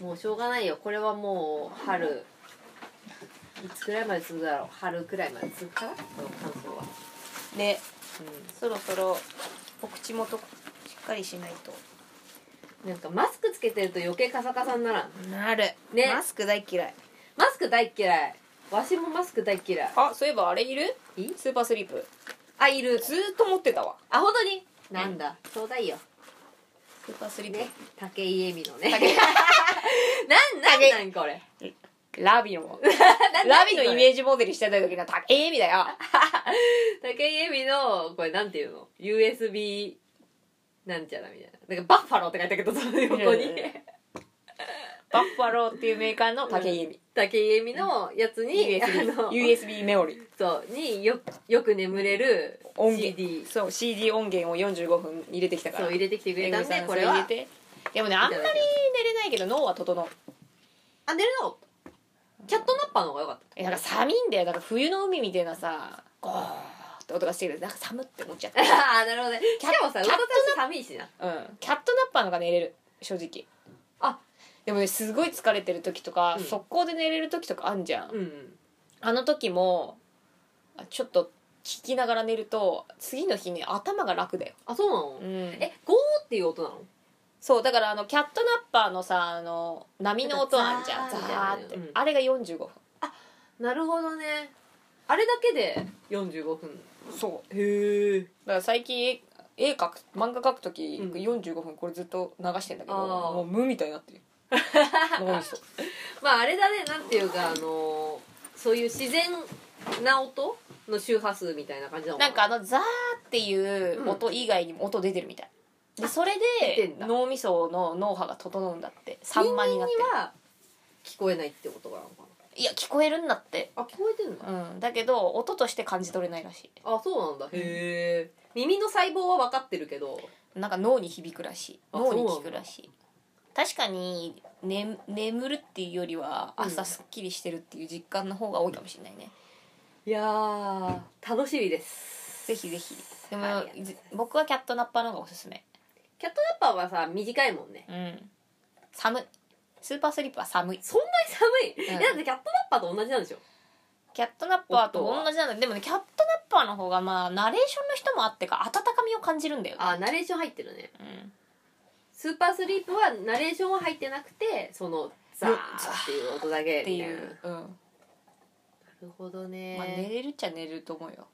Speaker 2: もうしょうがないよこれはもう春いつくらいまで続くだろう春くらいまで続くかなこの乾燥は、
Speaker 1: でそろそろお口元しっかりしないと
Speaker 2: うん、なんかマスクつけてると余計カサカサにならん
Speaker 1: なる
Speaker 2: ね
Speaker 1: マスク大嫌い
Speaker 2: マスク大嫌いわしもマスク大嫌い
Speaker 1: あそういえばあれいる
Speaker 2: い
Speaker 1: スーパースリープ
Speaker 2: あいる
Speaker 1: ずーっと持ってたわ
Speaker 2: あ本当になんだそうだいよ
Speaker 1: スーパースリープ、
Speaker 2: ね竹井絵美のね なんなんなんこれ
Speaker 1: ラビ のラ
Speaker 2: ラ
Speaker 1: ビのイメ
Speaker 2: ージ
Speaker 1: ージモデルしてた時のたええみだよ
Speaker 2: 竹井絵美のこれなんていうの USB なんちゃらみたいななんかバッファローって書いてあるけどその横に
Speaker 1: うんバッファローっていうメーカーの竹井絵美
Speaker 2: 竹井絵美のやつに、あの
Speaker 1: USB, USB メモリ
Speaker 2: そうによよく眠れる
Speaker 1: 音源
Speaker 2: CD
Speaker 1: そう CD 音源を45分入れてきたから
Speaker 2: そう入れてきてくれたん
Speaker 1: めぐみ
Speaker 2: で
Speaker 1: さん
Speaker 2: これ
Speaker 1: そ入
Speaker 2: は
Speaker 1: てでもねあんまり寝れないけど脳は整う
Speaker 2: あ寝るのキャットナッパーの方が良かっ
Speaker 1: えなんか寒いんだよなんか冬の海みたいなさゴーって音がしてくるなんか寒って思っちゃった
Speaker 2: たああなるほどね しかもさ
Speaker 1: キ
Speaker 2: 歌
Speaker 1: ャ
Speaker 2: っ
Speaker 1: ット
Speaker 2: たし寒いしな
Speaker 1: うんキャットナッパーのが寝れる正直
Speaker 2: あ
Speaker 1: でもねすごい疲れてる時とか、
Speaker 2: うん
Speaker 1: 速攻で寝れる時とかあんじゃん、
Speaker 2: うん
Speaker 1: あの時もあちょっと聞きながら寝ると次の日ね頭が楽だよ、
Speaker 2: あそうなの、
Speaker 1: うん、
Speaker 2: えゴーっていう音なの
Speaker 1: そうだからあのキャットナッパーのさあの波の音あんじゃん
Speaker 2: ザ
Speaker 1: ザ
Speaker 2: ー
Speaker 1: ーっ
Speaker 2: み
Speaker 1: て、
Speaker 2: たいなねうん
Speaker 1: あれが45分
Speaker 2: なるほどねあれだけで45分
Speaker 1: そう
Speaker 2: へえ
Speaker 1: だから最近絵絵描く漫画描く時
Speaker 2: うん
Speaker 1: 45分これずっと流してんだけど、
Speaker 2: あー
Speaker 1: もう無みたいにな ってる脳みそ
Speaker 2: まああれだねなんていうかあのーそういう自然な音の周波数みたいな感じなの
Speaker 1: なんかあのザーっていう音以外にも音出てるみたい、でそれ
Speaker 2: 出て
Speaker 1: で
Speaker 2: んだ
Speaker 1: 脳みその脳波が整うんだって散
Speaker 2: 人間
Speaker 1: 漫に
Speaker 2: に
Speaker 1: なってる
Speaker 2: は聞こえないってことなのか
Speaker 1: いや聞こえるんだって
Speaker 2: なあ聞こえてんの
Speaker 1: うんだけど音として感じ取れないらし
Speaker 2: あそうなんだへえ耳の細胞は分かってるけど
Speaker 1: いなんか脳に響くらしい
Speaker 2: あ
Speaker 1: 脳に
Speaker 2: そう
Speaker 1: 効
Speaker 2: な
Speaker 1: く
Speaker 2: んだ
Speaker 1: らしい確かに、ね、眠るっていうよりは
Speaker 2: うん
Speaker 1: 朝すっきりしてるっていう実感の方が多いかもしれないね、
Speaker 2: いやー楽しみです
Speaker 1: ぜひぜひでも
Speaker 2: ありがとうございます
Speaker 1: ぜ僕はキャットナッパーの方がおすすめ
Speaker 2: キャットナッパーはさ短いもんね
Speaker 1: うん寒いスーパースリップは寒い
Speaker 2: そんなに寒い、
Speaker 1: うん
Speaker 2: いやだってキャットナッパーと同じなんでしょ
Speaker 1: キャットナッパーと同じなんだでもねキャットナッパーの方がまあナレーションの人もあってか温かみを感じるんだよね
Speaker 2: あナレーション入ってるね
Speaker 1: うん
Speaker 2: スーパースリープはナレーションは入ってなくてそのザーっていう音だけ
Speaker 1: って
Speaker 2: みた
Speaker 1: い
Speaker 2: いな
Speaker 1: う、うん
Speaker 2: なるほど
Speaker 1: まあ、寝
Speaker 2: ね、
Speaker 1: れるっちゃ寝れると思うよ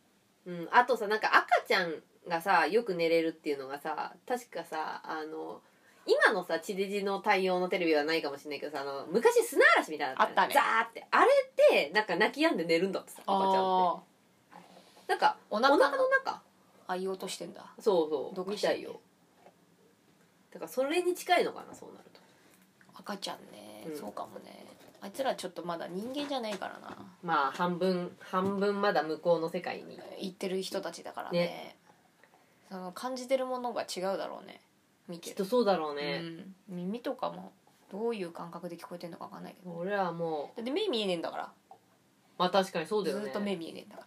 Speaker 2: うん、あとさなんか赤ちゃんがさよく寝れるっていうのがさ確かさあの今のさ地デジの対応のテレビはないかもしれないけどさあの昔砂嵐みたいなのよ
Speaker 1: あった
Speaker 2: ザーってあれってなんか泣き止んで寝るんだってさ赤ちゃんって
Speaker 1: あ
Speaker 2: なんか
Speaker 1: お
Speaker 2: お
Speaker 1: 腹
Speaker 2: 腹
Speaker 1: の
Speaker 2: の中
Speaker 1: あ言おうとしてんだ
Speaker 2: そうそ
Speaker 1: ど
Speaker 2: う
Speaker 1: か
Speaker 2: み
Speaker 1: しら
Speaker 2: たいよだからそれに近いのかなそうなると
Speaker 1: 赤ちゃんね、
Speaker 2: うん
Speaker 1: そうかもねあいつらちょっとまだ人間じゃないからな
Speaker 2: まあ半分半分まだ向こうの世界に
Speaker 1: 言ってる人たちだからねその感じてるものが違うだろうね見
Speaker 2: き
Speaker 1: て
Speaker 2: っ
Speaker 1: る、
Speaker 2: とそうだろうね、
Speaker 1: うん、耳とかもどういう感覚で聞こえてるのかわかんないけど
Speaker 2: 俺らはも
Speaker 1: だって目見えねえんだから
Speaker 2: うまあ確かにそうだよ
Speaker 1: ず
Speaker 2: ね
Speaker 1: っと目見えねえんだか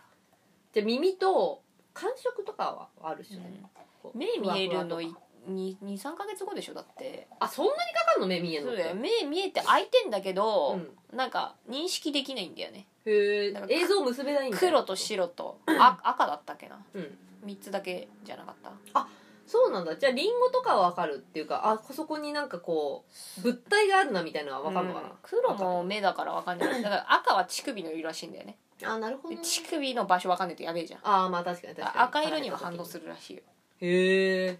Speaker 2: じゃあ耳と感触とかはあるっしょ、
Speaker 1: ら、
Speaker 2: ねこう
Speaker 1: 目見える
Speaker 2: ふわ
Speaker 1: の
Speaker 2: ふわとか
Speaker 1: 23か月後でしょだって
Speaker 2: あそんなにかかるの目見える
Speaker 1: そ
Speaker 2: のっ
Speaker 1: う
Speaker 2: て
Speaker 1: だよ目見えて開いてんだけど、
Speaker 2: ん、
Speaker 1: なんか認識できないんだよね
Speaker 2: へえ
Speaker 1: なんか
Speaker 2: 映像結べないんだ
Speaker 1: 黒と白 とあ赤だったっけな
Speaker 2: うん
Speaker 1: 3つだけじゃなかった
Speaker 2: そうなんだじゃあリンゴとかはわかるっていうかあそこになんかこう物体があるなみたいなのはわかるのか
Speaker 1: うん黒も目だから分かんないだから赤は乳首の色らしいんだよね
Speaker 2: な、あなるほど
Speaker 1: で
Speaker 2: ね
Speaker 1: 乳首の場所分かんないとやべえじゃん
Speaker 2: ああまあ確かに確かに
Speaker 1: 赤色には反応す
Speaker 2: る
Speaker 1: るらしいよ
Speaker 2: へえ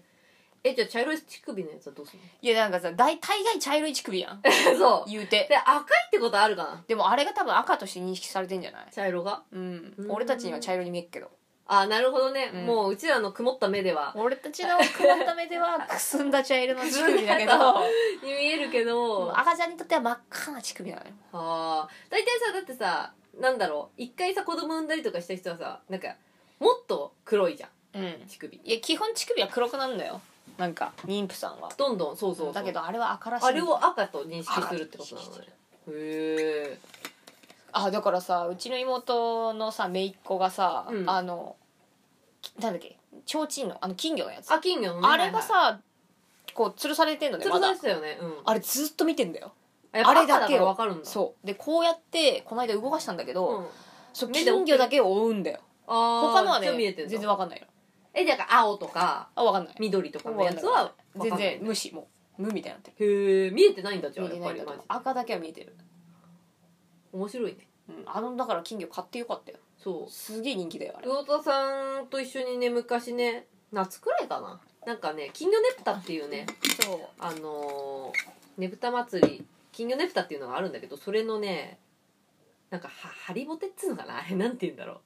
Speaker 2: えじゃあ茶色い乳首のやつはどうする
Speaker 1: いやなんかさ大大概茶色い乳首 やん
Speaker 2: のそう
Speaker 1: 言うて
Speaker 2: で赤いってことあるかな
Speaker 1: でもあれが多分赤として認識されてんじゃない
Speaker 2: 茶色が
Speaker 1: うん
Speaker 2: うん
Speaker 1: 俺たちには茶色に見えっけど
Speaker 2: あなるほどね、
Speaker 1: うん
Speaker 2: もううちらの曇った目では
Speaker 1: 俺たちの曇った目ではくすんだ茶色の乳首だけど
Speaker 2: に見えるけどあ
Speaker 1: 赤ちゃんにとっては真っ赤な乳首なのよ
Speaker 2: あー大体さだってさなんだろう一回さ子供産んだりとかした人はさなんかもっと黒いじゃ
Speaker 1: う
Speaker 2: ん
Speaker 1: ん
Speaker 2: 乳首
Speaker 1: いや基本乳首は黒くなるのよなんか妊婦さんは
Speaker 2: どんどんそうそうそう
Speaker 1: だけどあれは赤らしい
Speaker 2: あれを赤と認識するってことなのねへえ
Speaker 1: あだからさうちの妹のさ姪っ子がさ、
Speaker 2: うん
Speaker 1: あのきなんだっけ提灯のあの金魚のやつ
Speaker 2: あ金魚のね
Speaker 1: あれがさ、こう吊るされてんのね
Speaker 2: 吊
Speaker 1: ま
Speaker 2: るさ
Speaker 1: だ
Speaker 2: れてたよねうん
Speaker 1: あれずっと見てんだよ
Speaker 2: やっぱ
Speaker 1: あれだけ
Speaker 2: 赤から
Speaker 1: を
Speaker 2: わかるんだ
Speaker 1: そうでこうやってこの間動かしたんだけど、
Speaker 2: ん
Speaker 1: そう
Speaker 2: 目で追っ
Speaker 1: 金
Speaker 2: て
Speaker 1: 魚だけを追うんだよ
Speaker 2: あー
Speaker 1: 他のはね
Speaker 2: 一応見れてん
Speaker 1: 全
Speaker 2: だ
Speaker 1: 然わかんないの
Speaker 2: えだから青とか
Speaker 1: あわかんない
Speaker 2: 緑とかのやつは
Speaker 1: 全
Speaker 2: わかんない
Speaker 1: 然無視もう無みたいになってる
Speaker 2: へえ見えてないんだじゃあ
Speaker 1: 見え
Speaker 2: や
Speaker 1: て
Speaker 2: っ
Speaker 1: な
Speaker 2: ぱ
Speaker 1: いん
Speaker 2: り
Speaker 1: だと思
Speaker 2: マジ
Speaker 1: う
Speaker 2: で
Speaker 1: 赤だけは見えてる、
Speaker 2: 面白いね
Speaker 1: うん、あのだから金魚買ってよかったよ
Speaker 2: そう
Speaker 1: すげえ人気だよあれ
Speaker 2: 魚田さんと一緒にね昔ね夏くらいかななんかね金魚ねぷたっていうね
Speaker 1: そう
Speaker 2: あのー、ねぶた祭り金魚ねぷたっていうのがあるんだけどそれのねなんかはハリボテっつうのかなあれなんて言うんだろ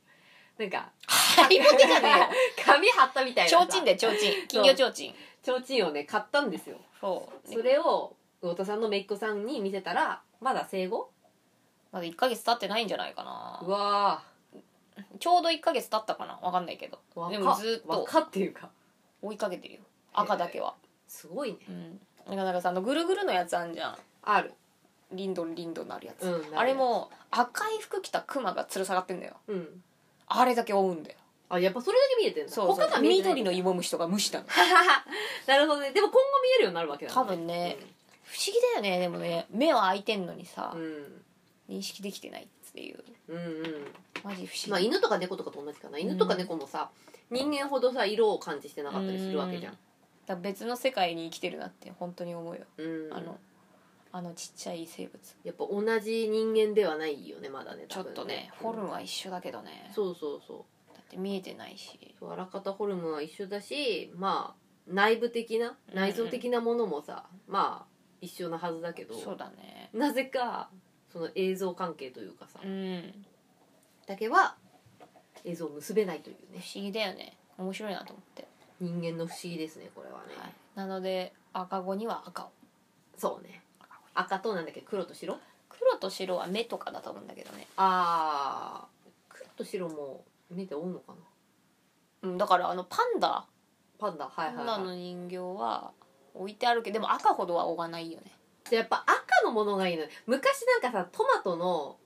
Speaker 2: うなんか
Speaker 1: ハリボテじゃね えよ
Speaker 2: 紙貼ったみたいな
Speaker 1: 提
Speaker 2: さ
Speaker 1: 灯で提灯金魚提灯
Speaker 2: 提灯をね買ったんですよ
Speaker 1: そう
Speaker 2: それを魚田さんのめいっ子さんに見せたらまだ生後
Speaker 1: まだ1ヶ月経ってないんじゃないか
Speaker 2: う
Speaker 1: な
Speaker 2: わ
Speaker 1: ちょうど1ヶ月経ったかなわかんないけど
Speaker 2: ー
Speaker 1: で
Speaker 2: 若
Speaker 1: もずっと
Speaker 2: 若っていうか
Speaker 1: 追いかけてるよ赤だけは
Speaker 2: すごいね
Speaker 1: うんなんかなんかさあのぐるぐるのやつあんじゃん
Speaker 2: ある、
Speaker 1: リンドンリンドンのあるやつ、
Speaker 2: うん、なる
Speaker 1: あれも赤い服着たクマが吊る下がってんだよ
Speaker 2: うん
Speaker 1: あれだけ追うんだよ
Speaker 2: あやっぱそれだけ見えてるんだ
Speaker 1: そうそう
Speaker 2: 他が見えてない
Speaker 1: 緑の芋虫とか無視なの
Speaker 2: なるほどねでも今後見えるようになるわけだ
Speaker 1: 多分ね不思議だよねでもね目は開いてんのにさ
Speaker 2: う、ん
Speaker 1: 認識できてないっていう
Speaker 2: うんうんうん
Speaker 1: マジ不思議、
Speaker 2: まあ、犬とか猫とかと同じかな犬とか猫もさ、人間ほどさ色を感じてなかったりするわけじゃん、
Speaker 1: だから別の世界に生きてるなって本当に思うよ、
Speaker 2: うん、
Speaker 1: あのあのちっちゃい生物
Speaker 2: やっぱ同じ人間ではないよねまだね
Speaker 1: ちょ
Speaker 2: 多
Speaker 1: っ
Speaker 2: 分
Speaker 1: とね
Speaker 2: うん
Speaker 1: ホルンは一緒だけどねだ
Speaker 2: そうそうそ
Speaker 1: って見えてないし
Speaker 2: うそうあらかたホルモンは一緒だしまあ内部的な
Speaker 1: うん
Speaker 2: 内臓的なものもさ、まあ一緒なはずだけど
Speaker 1: そうだね
Speaker 2: なぜかその映像関係というかさ、
Speaker 1: うん
Speaker 2: だけは映像を結べないという
Speaker 1: 不
Speaker 2: ね
Speaker 1: 思議だよね面白いなと思って、
Speaker 2: 人間の不思議ですねこれはね、
Speaker 1: はい、なので赤子には赤を
Speaker 2: そうね赤となんだっけ黒と白
Speaker 1: 黒と白は目とかだと思うんだけどね、
Speaker 2: あー黒と白も目で追うのかな
Speaker 1: うん、だからあのパンダ
Speaker 2: パンダはい
Speaker 1: パ
Speaker 2: はい、
Speaker 1: ンダ
Speaker 2: は
Speaker 1: の人形は置いてあるけどでも赤ほどは追わないよね
Speaker 2: い、でやっぱ赤のものがいいのよ昔なんかさトマトの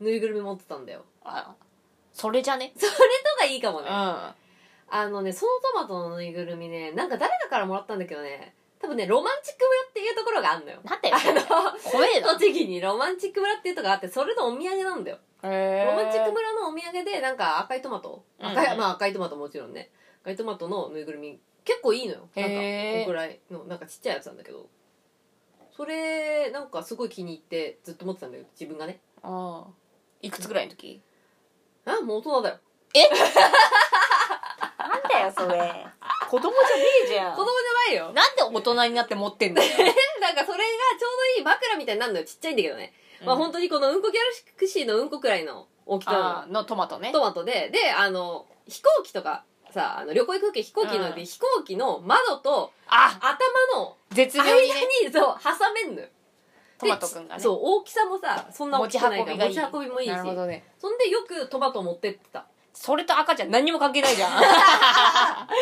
Speaker 2: ぬいぐるみ持ってたんだよ
Speaker 1: あそれじゃね
Speaker 2: それとかいいかも
Speaker 1: う
Speaker 2: ね、
Speaker 1: ん
Speaker 2: あのねそのトマトのぬいぐるみねなんか誰かからもらったんだけどね多分ねロマンチック村っていうところがあん のよ
Speaker 1: なんだよ
Speaker 2: あ
Speaker 1: それ
Speaker 2: の
Speaker 1: 怖えな
Speaker 2: 栃木にロマンチック村っていうとこがあってそれのお土産なんだよ
Speaker 1: ロ
Speaker 2: ロマンチック村のお土産でなんか赤いトマト
Speaker 1: うん
Speaker 2: 赤い、まあ赤いトマトもちろんね赤いトマトのぬいぐるみ結構いいのよなんかこ
Speaker 1: へー
Speaker 2: のぐらいのなんかちっちゃいやつなんだけどそれなんかすごい気に入ってずっと持ってたんだけど自分がね
Speaker 1: ああいくつぐらいの時
Speaker 2: あもう大人だよ
Speaker 1: なんだよそれ 子供じゃねえじゃ
Speaker 2: 子供じゃないよ
Speaker 1: なんで大人になって持って んだよ、
Speaker 2: なんかそれがちょうどいい枕みたいになるのよちっちゃいんだけどね、まあ本
Speaker 1: 当
Speaker 2: 当にこのうんこギャラクシーのうんこくらいの大きさなの
Speaker 1: あーのトマトね
Speaker 2: トマトで、で、あの、飛行機とか、さ、あの、旅行行く時飛行機の、
Speaker 1: う
Speaker 2: で
Speaker 1: ん
Speaker 2: 飛行機の窓と
Speaker 1: あ
Speaker 2: 頭の
Speaker 1: 絶
Speaker 2: 間
Speaker 1: 妙にね
Speaker 2: に、そう、挟めんのよ。
Speaker 1: トマトくんがね
Speaker 2: そう、大きさもさ、そんな
Speaker 1: 持
Speaker 2: 大
Speaker 1: ち
Speaker 2: きくない
Speaker 1: 運
Speaker 2: から
Speaker 1: びがいい
Speaker 2: 持ち運びもいいし
Speaker 1: な。るほどね
Speaker 2: そんでよくトマト持ってってた。
Speaker 1: それと赤ちゃん何にも関係ないじゃん
Speaker 2: え、だからその赤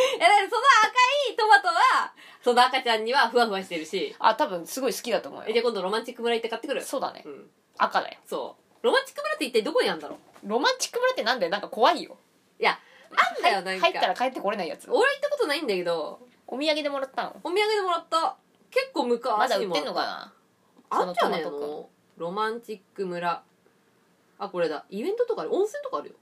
Speaker 2: いトマトは、その赤ちゃんにはふわふわしてるし、
Speaker 1: あ多分すごい好きだと思う
Speaker 2: え、じ
Speaker 1: よ
Speaker 2: ゃあ今度ロマンチック村行って買ってくる。
Speaker 1: そうだね
Speaker 2: うん。
Speaker 1: 赤だよ
Speaker 2: そう。ロマンチック村って一体どこにあるんだろう
Speaker 1: ロマンチック村ってなんだよなんか怖いよ
Speaker 2: あんだよ、なんか。
Speaker 1: 入ったら帰ってこれないやつ
Speaker 2: 俺は行ったことないんだけど、
Speaker 1: お土産でもらったの
Speaker 2: お土産でもらった。結構昔
Speaker 1: まだ売っ
Speaker 2: もら
Speaker 1: て
Speaker 2: た
Speaker 1: んのかな
Speaker 2: あんじゃねえ
Speaker 1: そのトマト
Speaker 2: のロマンチック村あこれだイベントとかある温泉とかあるよ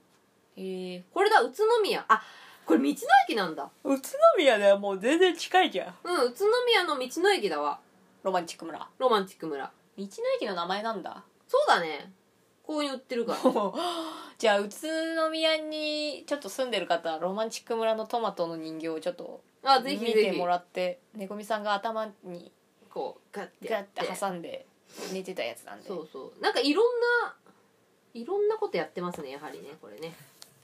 Speaker 1: へえ
Speaker 2: これだ宇都宮あこれ道の駅なんだ
Speaker 1: 宇都宮ではもう全然近いじゃん
Speaker 2: うん宇都宮の道の駅だわ
Speaker 1: ロマンチック村道
Speaker 2: ロマンチック村
Speaker 1: の駅の名前なんだ
Speaker 2: そうだねこういう売ってるから
Speaker 1: じゃあ宇都宮にちょっと住んでる方ロマンチック村のトマトの人形をちょっと
Speaker 2: あぜ
Speaker 1: 見
Speaker 2: ひぜ
Speaker 1: て
Speaker 2: ひ
Speaker 1: もらって猫みさんが頭に
Speaker 2: こうガッて
Speaker 1: ガ
Speaker 2: や
Speaker 1: ッ
Speaker 2: って
Speaker 1: 挟んで寝てたやつなんで
Speaker 2: そ
Speaker 1: 道
Speaker 2: うそうなんかいろんないろんなことやってますねやはりねこれね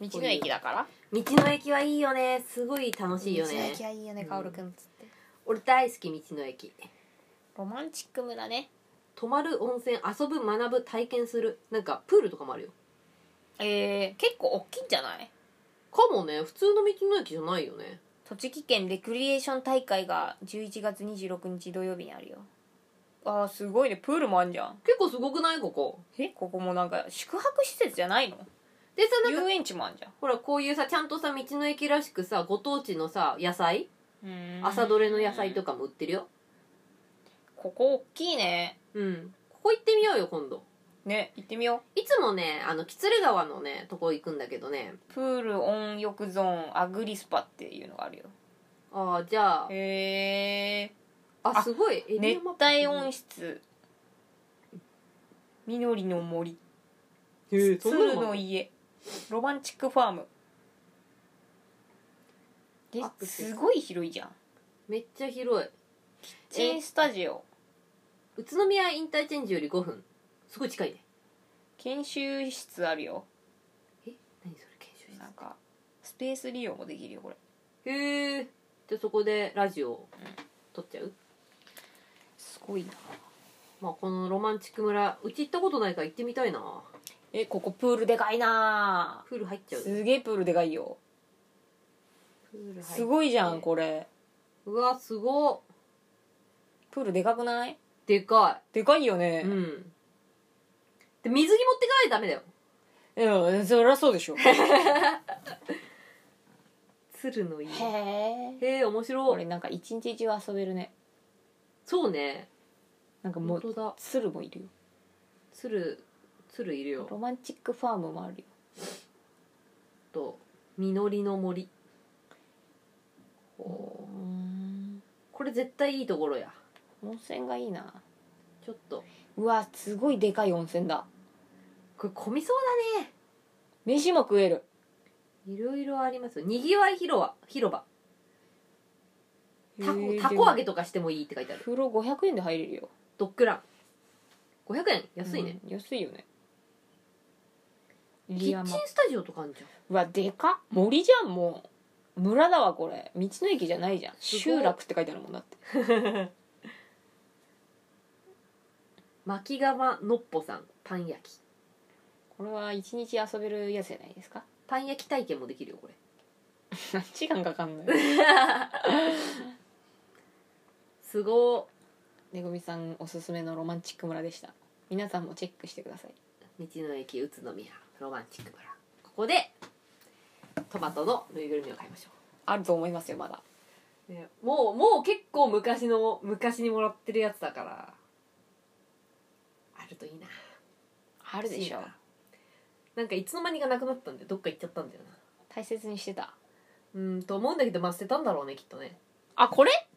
Speaker 1: の駅だから
Speaker 2: 道の駅はいいよねすごい楽しいよ
Speaker 1: 道の
Speaker 2: ね
Speaker 1: 駅はいいよね
Speaker 2: うん
Speaker 1: カオルくんっつって
Speaker 2: 俺大好き道の駅
Speaker 1: ロマンチック村ね
Speaker 2: 泊まる温泉遊ぶ学ぶ体験するなんかプールとかもあるよ
Speaker 1: えー、結構大きいんじゃない
Speaker 2: かもね普通の道の駅じゃないよね
Speaker 1: 栃木県レクリエーション大会が11月26日土曜日にあるよあーすごいねプールもあんじゃん
Speaker 2: 結構すごくないここ
Speaker 1: えここもなんか宿泊施設じゃないの
Speaker 2: でさなんか
Speaker 1: 遊園地もあんじゃ
Speaker 2: ほらこういうさちゃんとさ道の駅らしくさご当地のさ野菜
Speaker 1: ん
Speaker 2: 朝どれの野菜と
Speaker 1: か
Speaker 2: かも売ってるよ
Speaker 1: ここ大きいね
Speaker 2: うんここ行ってみようよ今度
Speaker 1: ね行ってみよ
Speaker 2: いつもねあの喜連川のねとこ行くんだけどね
Speaker 1: うプール温浴ゾーンアグリスパっていうのがあるよ
Speaker 2: ああじゃあ
Speaker 1: へえ
Speaker 2: あすごいエリ
Speaker 1: 熱
Speaker 2: アマップ
Speaker 1: 帯温室緑の森
Speaker 2: へーそんな
Speaker 1: 鶴
Speaker 2: のもあ
Speaker 1: の
Speaker 2: る
Speaker 1: 家ロマンチックファームで
Speaker 2: アップしてる
Speaker 1: すごい広いじゃん
Speaker 2: めっちゃ広い
Speaker 1: チェーンスタジオ
Speaker 2: 宇都宮インターチェンジより5分すごい近いね
Speaker 1: 研修室あるよ
Speaker 2: 何それ研修室
Speaker 1: なんかスペース利用もできるよこれ
Speaker 2: へえじゃあそこでラジオ撮っちゃう
Speaker 1: すごいな
Speaker 2: まあこのロマンチック村うち行ったことないから行ってみたいな
Speaker 1: えここプールでかいな
Speaker 2: プール入っちゃう
Speaker 1: すげえプールでかいよ
Speaker 2: プール
Speaker 1: す
Speaker 2: 入っ
Speaker 1: ごいじゃんこれ
Speaker 2: うわすごっ
Speaker 1: プールでかくない
Speaker 2: でか
Speaker 1: でかいよ
Speaker 2: い
Speaker 1: ね
Speaker 2: うんで水着持ってかないとダメだよ
Speaker 1: うん、そりゃそうでしょへ
Speaker 2: 鶴の家へ
Speaker 1: え
Speaker 2: え面白
Speaker 1: こ
Speaker 2: い
Speaker 1: れなんか一日中遊べるね
Speaker 2: そうね
Speaker 1: なんかも
Speaker 2: 本
Speaker 1: う
Speaker 2: 当だ
Speaker 1: 鶴もいる
Speaker 2: 鶴鶴いる
Speaker 1: よ
Speaker 2: よ
Speaker 1: ロマンチックファームもあるよ
Speaker 2: と実りの森
Speaker 1: う
Speaker 2: ほうんこれ絶対いいところや
Speaker 1: 温泉がいいな
Speaker 2: ちょっと
Speaker 1: うわすごいでかい温泉だ
Speaker 2: これ混みそうだね
Speaker 1: 飯も食える
Speaker 2: いろいろありますよにぎわい広場広場たこたこ揚げ
Speaker 1: と
Speaker 2: とかしてもいいって書いてある
Speaker 1: 風呂500円で入れるよ
Speaker 2: ドッグラン500円安いね、、
Speaker 1: うん安いよね
Speaker 2: キ
Speaker 1: リ
Speaker 2: ッ
Speaker 1: ア
Speaker 2: チン
Speaker 1: マ
Speaker 2: スタジオとかあんじゃん
Speaker 1: うわでかっ森じゃんもう村だわこれ道の駅じゃないじゃん
Speaker 2: すごい
Speaker 1: 集落って書いてあるもんだって
Speaker 2: 巻釜のっぽさんパン焼き
Speaker 1: これは一日遊べるやつじゃない ですか
Speaker 2: パン焼き体験もできるよこれ
Speaker 1: 何時間かかん ない
Speaker 2: すご
Speaker 1: ねぐみさんおすすめのロマンチック村でした皆さんもチェックしてください
Speaker 2: ー道の駅宇都宮ロマンチック村ここでトマトのぬいぐるみを買いましょ
Speaker 1: あると思いますよまだ
Speaker 2: う、ね、もうもう結構昔の昔にもらってるやつだからあるといいな
Speaker 1: あるでしょ
Speaker 2: なんかいつの間にかなくなったんでどっか行っちゃったんだよな
Speaker 1: 大切にしてた
Speaker 2: うんと思うんだけどまあ捨てたんだろうねきっとね
Speaker 1: あこれ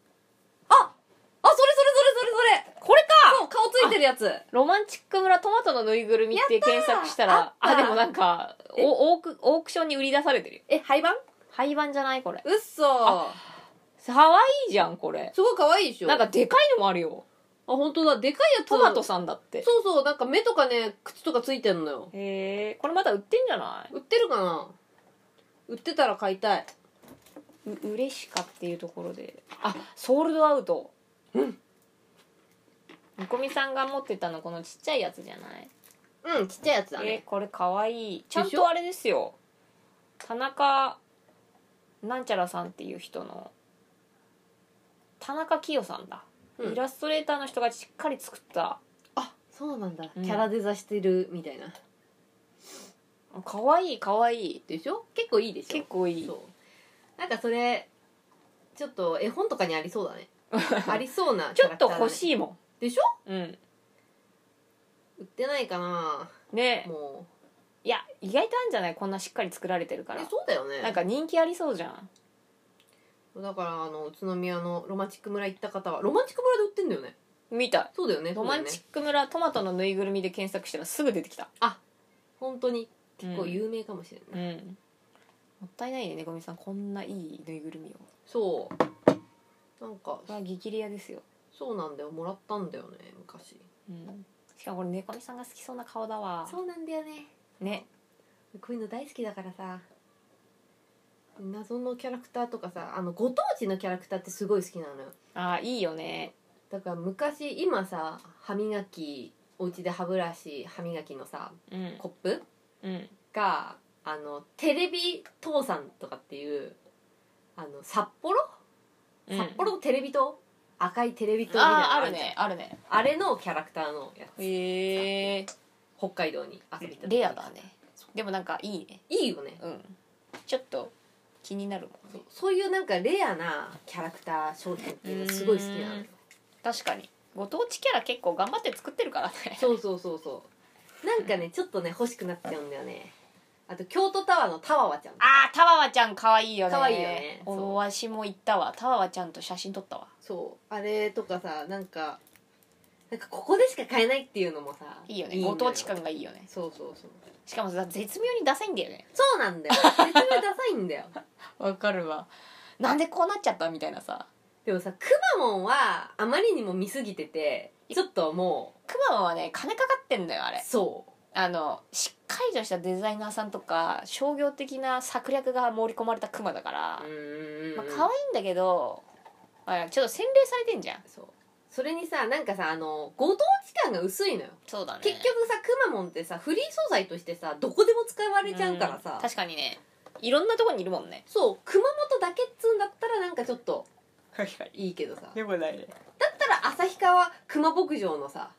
Speaker 2: あそれそれそれそれそれ
Speaker 1: これか
Speaker 2: そう顔ついてるやつ
Speaker 1: ロマンチック村トマトのぬいぐるみって検索したら
Speaker 2: やったーあ
Speaker 1: あ
Speaker 2: った
Speaker 1: でもなんかおオークオークションに売り出されてるよ
Speaker 2: え廃盤
Speaker 1: 廃盤じゃないこれ
Speaker 2: うっそ
Speaker 1: かわいいじゃんこれ
Speaker 2: すごい可愛いでしょ
Speaker 1: なんかでかいのもあるよ
Speaker 2: あ本当だでかいやつ
Speaker 1: トマトさんだって
Speaker 2: そうそうなんか目とかね口とかついてんのよ
Speaker 1: へえこれまだ売ってんじゃな
Speaker 2: 売ってるかな売ってたら買いたいう
Speaker 1: 嬉しかっていうところであソールドアウトうんみこみさんが持ってたのこのちっちゃいやつじゃない
Speaker 2: うんちっちゃいやつだ
Speaker 1: え
Speaker 2: ね
Speaker 1: ーこれかわいいちゃん
Speaker 2: でしょ
Speaker 1: とあれですよ田中なんちゃらさんっていう人の田中清さんだ、
Speaker 2: うん
Speaker 1: イラストレーターの人がしっかり作った
Speaker 2: あそうなんだ、
Speaker 1: うん
Speaker 2: キャラデザしてるみたいな
Speaker 1: かわいいかわいい
Speaker 2: でしょ結構いいでしょ
Speaker 1: 結構いい
Speaker 2: そうなんかそれちょっと絵本とかにありそうだね ありそうな
Speaker 1: ちょっと欲
Speaker 2: い
Speaker 1: しいも
Speaker 2: でしょ
Speaker 1: んうん
Speaker 2: 売ってないかな
Speaker 1: ね
Speaker 2: も
Speaker 1: いや意外とあるんじゃないこんなしっかり作られてる
Speaker 2: う
Speaker 1: から
Speaker 2: えそうだよね
Speaker 1: なんか人気ありそうじゃん
Speaker 2: だからあの宇都宮のロマンチック村行った方はロマンチック村で売ってんだよね
Speaker 1: みたい
Speaker 2: そうだよね
Speaker 1: ロマンチ
Speaker 2: ク
Speaker 1: ック村トマトのぬいぐるみで検索したらすぐ出てきた
Speaker 2: 本当に結構
Speaker 1: うん
Speaker 2: 有名かもしれない、
Speaker 1: うんもったいないねねこみさんこんないいぬいぐるみを
Speaker 2: そうなんか
Speaker 1: これは激レアですよ
Speaker 2: そうなんだよもらったんだよね昔
Speaker 1: うんしかもこれ猫みさんが好きそうな顔だわ
Speaker 2: そうなんだよね
Speaker 1: ね
Speaker 2: こういうの大好きだからさ謎のキャラクターとかさあのご当地のキャラクターってすごい好きなのよ
Speaker 1: あーいいよね
Speaker 2: だから昔今さ歯磨きお家で歯ブラシ歯磨きのさ
Speaker 1: うん
Speaker 2: コップ
Speaker 1: うん
Speaker 2: があのテレビ父さんとかっていうあの札幌、
Speaker 1: うん
Speaker 2: 札幌のテレビ塔赤いテレビ塔みたいなの
Speaker 1: あああ
Speaker 2: が
Speaker 1: るねあるね
Speaker 2: あれのキャラクターのやつ
Speaker 1: へえ
Speaker 2: 北海道に遊びに行った時
Speaker 1: レアだねでもなんかいいね
Speaker 2: いいよね
Speaker 1: うんちょっと気になるもん
Speaker 2: そうそういうなんかレアなキャラクター商品っていうのすごい好きなのよ
Speaker 1: 確かにご当地キャラ結構頑張って作ってるからね
Speaker 2: そうそうそうそうなんかねちょっとね欲しくなっちゃうんだよねあと京都タワーのタワワちゃん
Speaker 1: あータワワちゃん可愛いよね
Speaker 2: 可愛いよねそう
Speaker 1: おわしも行ったわタワワちゃんと写真撮ったわ
Speaker 2: そうあれとかさなんかなんかここでしか買えないっていうのもさ
Speaker 1: いいよね
Speaker 2: の
Speaker 1: ご当地感がいいよね
Speaker 2: そうそうそう
Speaker 1: しかもさ絶妙にダサいんだよね
Speaker 2: そうなんだよ説明ダサいんだよ
Speaker 1: わかるわなんでこうなっちゃったみたいなさ
Speaker 2: でもさくまモンはあまりにも見すぎててちょっとも
Speaker 1: くまモンはね金かかってんだよあ
Speaker 2: う
Speaker 1: れ
Speaker 2: そう
Speaker 1: あのしっかりとしたデザイナーさんとか商業的な策略が盛り込まれたクマだから、
Speaker 2: うん
Speaker 1: まあ可愛いんだけど、まあ、ちょっと洗礼されてんじゃん
Speaker 2: そうそれにさなんかさあのご当地感が薄いのよ
Speaker 1: そうだね
Speaker 2: 結局さくまモンってさフリー素材としてさどこでも使われちゃうからさ、
Speaker 1: ん確かにねいろんなとこにいるもんね
Speaker 2: そう熊本だけっつうんだったらなんかちょっと
Speaker 1: 確 かに
Speaker 2: いいけどさだっ
Speaker 1: でもないね
Speaker 2: たら旭川熊牧場のさ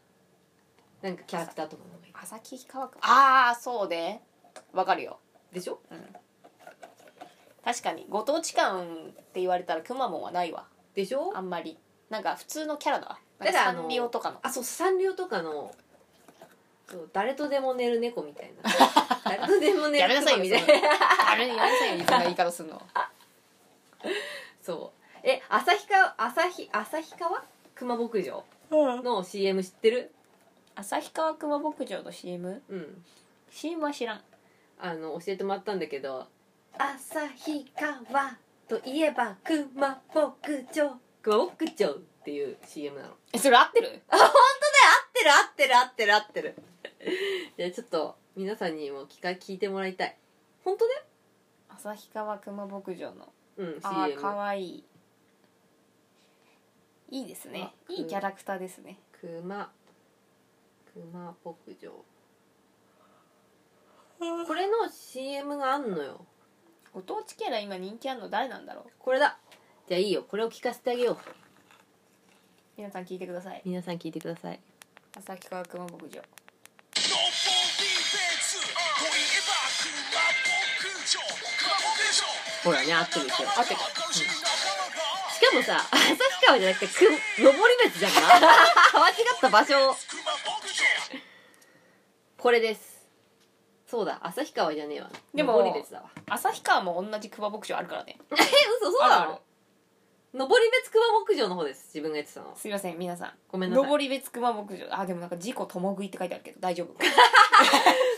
Speaker 2: なんかキャラクターとかの方がいい
Speaker 1: 旭川かああそうねわかるよ
Speaker 2: でしょ
Speaker 1: 確かにご当地感って言われたらくまモンはないわ
Speaker 2: でしょ
Speaker 1: あんまりなんか普通のキャラだわ
Speaker 2: だからあ
Speaker 1: サ
Speaker 2: の
Speaker 1: ンリオとかの
Speaker 2: あそうサンリオとかのそう誰とでも寝る猫みた いな誰とでも寝
Speaker 1: や
Speaker 2: る
Speaker 1: めなさい
Speaker 2: 猫
Speaker 1: よ
Speaker 2: みたいな
Speaker 1: それあれやめなさいよそんな言い方すんの
Speaker 2: そうえ旭川旭旭川熊牧場の CM 知ってる
Speaker 1: 旭川熊牧場の CM?CM
Speaker 2: うん
Speaker 1: は知らん
Speaker 2: あの教えてもらったんだけど「旭川といえば熊牧場」熊牧場っていう CM なの合っ
Speaker 1: えそれ合ってる
Speaker 2: てる合ってる合ってる合ってる いやちょっと皆さんにも聞か聞いてもらいたい本当だよ
Speaker 1: 旭川熊牧場の
Speaker 2: うん
Speaker 1: ああ
Speaker 2: CM
Speaker 1: かわいいいいですね
Speaker 2: あ
Speaker 1: いいキャラクターですね
Speaker 2: 熊熊牧 場これの CM があんのよ
Speaker 1: ご当地キャラ今人気あるの誰なんだろう
Speaker 2: これだじゃあいいよこれを聞かせてあげよう
Speaker 1: 皆さん聞いてください
Speaker 2: 皆さん聞いてください
Speaker 1: 旭川熊牧場
Speaker 3: 東方リベーツといえば熊牧場熊牧場
Speaker 2: ほらね合ってるでしょ
Speaker 1: 合ってる
Speaker 2: しかもさ、旭川じゃなくて、く、登別じゃんか間違った場所。
Speaker 3: 熊牧場
Speaker 2: これです。そうだ、旭川じゃねえわ。
Speaker 1: でも
Speaker 2: 登別だわ。
Speaker 1: 旭川も同じ熊牧場あるからね
Speaker 2: え、嘘、そうな
Speaker 1: あるあ
Speaker 2: の登別熊牧場の方です。自分が言ってたの。
Speaker 1: すいません皆さん
Speaker 2: ごめんなさい。
Speaker 1: 登別熊牧場あでもなんか事故ともぐいって書いてあるけど大丈夫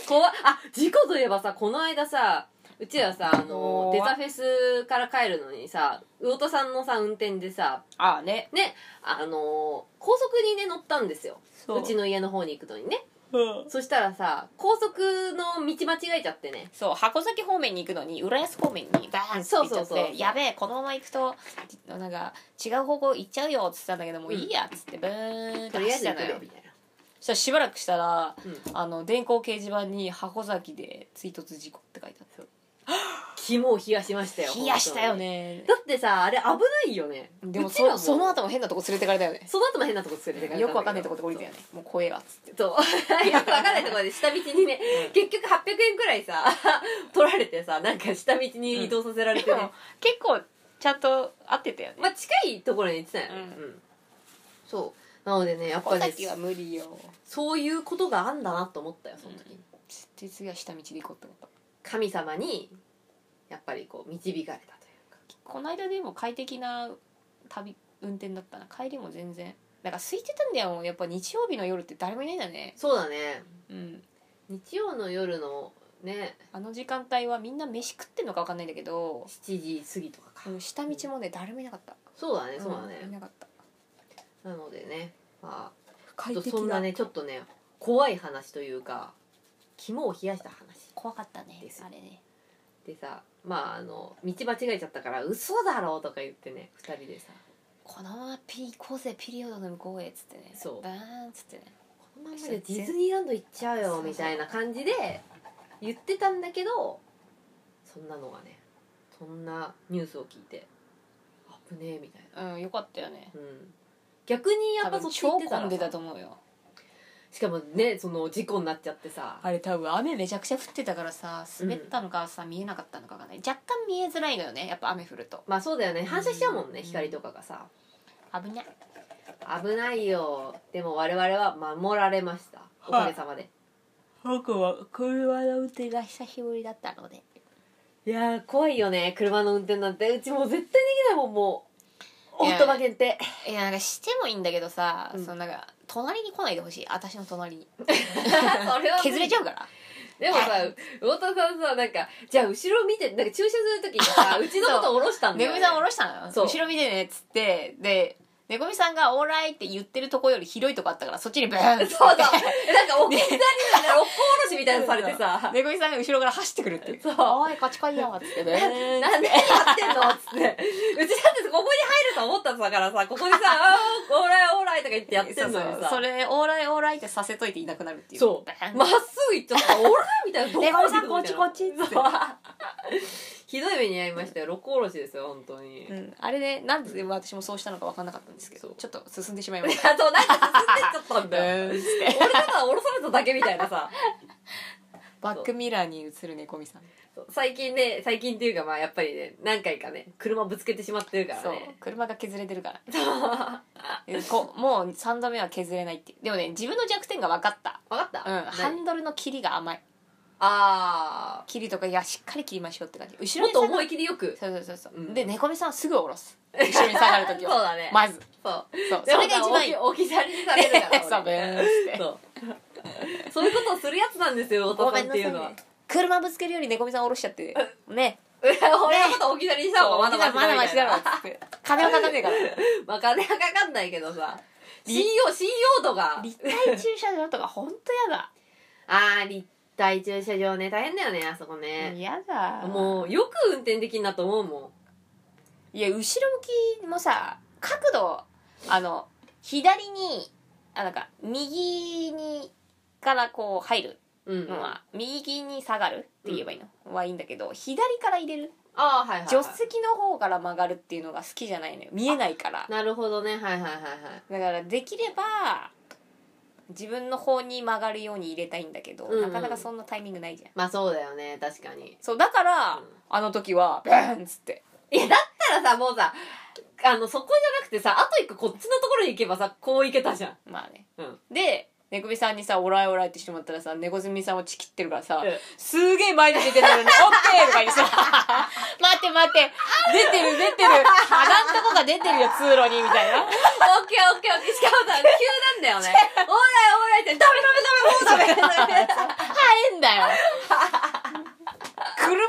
Speaker 2: 怖っあ、事故といえばさ、この間さ、うちらさ、あの、デ
Speaker 1: 怖
Speaker 2: ザ
Speaker 1: っ
Speaker 2: フェスから帰るのにさ、魚田さんのさ、運転でさ、
Speaker 1: ああね
Speaker 2: ね、あの、高速にね、乗ったんですよ。
Speaker 1: そう
Speaker 2: ちの家の方に行くのにね。
Speaker 1: うん
Speaker 2: そしたらさ、高速の道間違えちゃってね。
Speaker 1: そう箱崎方面に行くのに浦安方面にバーンって行っちゃ
Speaker 2: そう
Speaker 1: っ
Speaker 2: そうそう
Speaker 1: てやべえこのまま行くとなんか違う方向行っちゃうよっつってたんだけどもういいやっつってブーンって
Speaker 2: とりあ
Speaker 1: 走
Speaker 2: え
Speaker 1: ってた
Speaker 2: ず行く
Speaker 1: の
Speaker 2: よ
Speaker 1: よ
Speaker 2: みたいな。
Speaker 1: そしたらしばらくしたら
Speaker 2: うん
Speaker 1: あの電光掲示板に箱崎で追突事故って書いてあっ
Speaker 2: 肝を冷やしましたよ
Speaker 1: た冷やしたよ
Speaker 2: 本
Speaker 1: ね
Speaker 2: 当にだってさあれ危ないよね
Speaker 1: でも
Speaker 2: うちら
Speaker 1: そその後も変なとこ連れてかれたよね
Speaker 2: その後も変なとこ連れてかれただけど
Speaker 1: よくわかんないとこで降りたよねもう怖えわっつって
Speaker 2: そうよくわかんないところで下道にね結局800円くらいさ 取られてさなんか下道に移動させられて
Speaker 1: で
Speaker 2: ね
Speaker 1: も、結構ちゃんと合ってたよね
Speaker 2: まあ近いところに行ってたよね、
Speaker 1: う
Speaker 2: うんそうなのでねやっぱ
Speaker 1: 箱
Speaker 2: り、
Speaker 1: 崎は無理よ
Speaker 2: そういうことがあんだなと思ったよその時に、
Speaker 1: 絶対次は下道で行こうって思った
Speaker 2: 神様にやっぱりこう導かれたというか
Speaker 1: この間でも快適な旅運転だったな帰りも全然なんか空いてたんだよやっぱ日曜日の夜って誰もいないんだね
Speaker 2: そうだね
Speaker 1: うん
Speaker 2: 日曜の夜のね
Speaker 1: あの時間帯はみんな飯食ってんのか分かんないんだけど
Speaker 2: 7時過ぎとかか、
Speaker 1: うん下道もね誰もいなかった
Speaker 2: そうだねそうだね、
Speaker 1: んいなかった
Speaker 2: なのでね、まあ、
Speaker 1: 快
Speaker 2: ちょっと
Speaker 1: 適
Speaker 2: そんな
Speaker 1: な
Speaker 2: ねちょっとね怖い話というか肝を冷やした話
Speaker 1: 怖かったね
Speaker 2: です
Speaker 1: あれね
Speaker 2: でさまああの道間違えちゃったから「嘘だろ」とか言ってね2人でさ
Speaker 1: このままピー行こうぜピリオドの向こうへっつってね
Speaker 2: そう
Speaker 1: バーンっつってね
Speaker 2: 「このままでディズニーランド行っちゃう
Speaker 1: そう
Speaker 2: よ
Speaker 1: そ」う
Speaker 2: みたいな感じで言ってたんだけどそんなのがねそんなニュースを聞いてくねみたいな、
Speaker 1: うんよかったよね
Speaker 2: うん、逆にやっぱそっち行
Speaker 1: 超
Speaker 2: ってた
Speaker 1: 混ん
Speaker 2: ら
Speaker 1: でた
Speaker 2: さ
Speaker 1: と思うよ
Speaker 2: しかもねその事故になっちゃってさ
Speaker 1: あれ多分雨めちゃくちゃ降ってたからさ滑ったのかさ、見えなかったのかがね若干見えづらいのよねやっぱ雨降ると
Speaker 2: まあそうだよね反射しちゃうもんね、
Speaker 1: うん
Speaker 2: 光とかがさ
Speaker 1: 危ない
Speaker 2: 危ないよでも我々は守られましたおかげさまで、
Speaker 1: 僕は車の運転が久しぶりだったので
Speaker 2: い、やー怖いよね車の運転なんてうちもう絶対できないもんもう
Speaker 1: い
Speaker 2: オ
Speaker 1: や
Speaker 2: ートマ限定
Speaker 1: いやなんかしてもいいんだけどさ、
Speaker 2: うん
Speaker 1: そのなんか隣に来ないでほしい私の隣に
Speaker 2: それは
Speaker 1: 削れちゃうから
Speaker 2: でもさ魚田さんさなんかじゃあ後ろ見てなんか駐車する時に さうちのこと下ろしたんだ
Speaker 1: め
Speaker 2: よ、
Speaker 1: ぐ
Speaker 2: ね、
Speaker 1: みさん下ろしたのよ
Speaker 2: そう
Speaker 1: 後ろ見てねっつってでめぐみさんが「オーライ」って言ってるとこより広いとこあったからそっちにブーンって
Speaker 2: そうそうなんか お客さんになんか六甲おろしみたいなのされて さ
Speaker 1: めぐみさんが後ろから走ってくるって いう
Speaker 2: そう
Speaker 1: おいこっち来いよ」っつってブーンって
Speaker 2: なんでやってんのっつって。うちだってここに入ると思ったんだからさ、ここ にさ、あーオーライオーライとか言ってやってんのに
Speaker 1: そうそう
Speaker 2: さ。
Speaker 1: それ「オーライオーライ」ってさせといていなくなるっていう
Speaker 2: そう
Speaker 1: バーン
Speaker 2: まっすぐ行っちゃった。オーライみたいな。
Speaker 1: レゴさんこっちこっちっつって
Speaker 2: そう ひどい目に遭いましたよ。六甲おろしですよ、本当に。
Speaker 1: うん、あれで、なんで私もそうしたのか分かんなかったんですけ
Speaker 2: そ
Speaker 1: ど
Speaker 2: う
Speaker 1: ちょっと進んでしまいま
Speaker 2: い
Speaker 1: し
Speaker 2: や
Speaker 1: た
Speaker 2: そう、なんか進んでっちゃったんだよ。
Speaker 1: ブーンって
Speaker 2: 俺ただ降ろされただけみたいなさ。
Speaker 1: バックミラーに映る猫みさん
Speaker 2: そう最近ね、最近っていうかまあやっぱりね、何回かね、車ぶつけてしまってるから
Speaker 1: そう
Speaker 2: ね。
Speaker 1: 車が削れてるから
Speaker 2: そう。分
Speaker 1: えこもう3度目は削れないっていうでもね自分の弱点が分かった、
Speaker 2: かった
Speaker 1: うん、ハ
Speaker 2: 何
Speaker 1: ンドルの切りが甘い
Speaker 2: あ
Speaker 1: 切りとかいやしっかり切りましょうって感じ
Speaker 2: ー。
Speaker 1: 後ろに下
Speaker 2: もっと思
Speaker 1: がる
Speaker 2: い切りよく。
Speaker 1: そうそうそうそう、
Speaker 2: うん
Speaker 1: で猫みさんはすぐ下ろす後ろに下がる とき
Speaker 2: そう
Speaker 1: は
Speaker 2: だね。
Speaker 1: まず
Speaker 2: そう。
Speaker 1: そうそれが一番いい
Speaker 2: 置き去りにされる か ら。
Speaker 1: そうブーンっ
Speaker 2: 俺
Speaker 1: つって
Speaker 2: そう。そういうことをするやつなんですよ、お父
Speaker 1: ご
Speaker 2: さ
Speaker 1: め
Speaker 2: ん
Speaker 1: ん
Speaker 2: っ
Speaker 1: な
Speaker 2: て
Speaker 1: さ
Speaker 2: い
Speaker 1: いう
Speaker 2: のは。
Speaker 1: ね車ぶつけるより猫みさん下ろしちゃってね
Speaker 2: 俺のこと置き去りにした方がまだ
Speaker 1: まだまだ
Speaker 2: マ
Speaker 1: マ
Speaker 2: シ
Speaker 1: シ
Speaker 2: だ
Speaker 1: だ
Speaker 2: ろ
Speaker 1: ろっ。つって金はかかんねえから
Speaker 2: まあ、金はかかんないけどさ。信用、信用度が。
Speaker 1: 立体駐車場とかほんとやだ
Speaker 2: あー、立体駐車場ね、大変だよね、あそこね。
Speaker 1: やだもう
Speaker 2: もう、よく運転できんなと思うもん。
Speaker 1: いや後ろ向きもさ角度あの左にあなんか右にからこう入る
Speaker 2: うん。
Speaker 1: の
Speaker 2: あ
Speaker 1: は、右に下がるって言えばいいの、はいいんだけど左から入れる
Speaker 2: あー、はいはいはい。
Speaker 1: 助手席の方から曲がるっていうのが好きじゃないのよ見えないから
Speaker 2: なるほどね、はいはいはいはい。
Speaker 1: だからできれば自分の方に曲がるように入れたいんだけど、
Speaker 2: うんうん
Speaker 1: なかなかそんなタイミングないじゃん
Speaker 2: まあ、そうだよね、確かに。
Speaker 1: そうだから、
Speaker 2: うん
Speaker 1: あの時はブーンっつって
Speaker 2: いや、だったらさ、もうさ、あの、そこじゃなくてさ、あと一個こっちのところに行けばさ、こう行けたじゃん。
Speaker 1: まあね、
Speaker 2: うん
Speaker 1: で猫みさんにさ「オライオライ」ってしてもらったらさ猫みさんはちきってるからさ、
Speaker 2: うん
Speaker 1: すげえ前に出てるのに「オッケー!」とか言ってさ 「待って待って出てる出てる鼻んとこが出てるよ通路に」みたいな
Speaker 2: オッケーオッケーオッケー。しか もさ、急なんだよね。オーライオーライって、ダメダメダメもうダメダメダメ。
Speaker 1: 変だよ車止め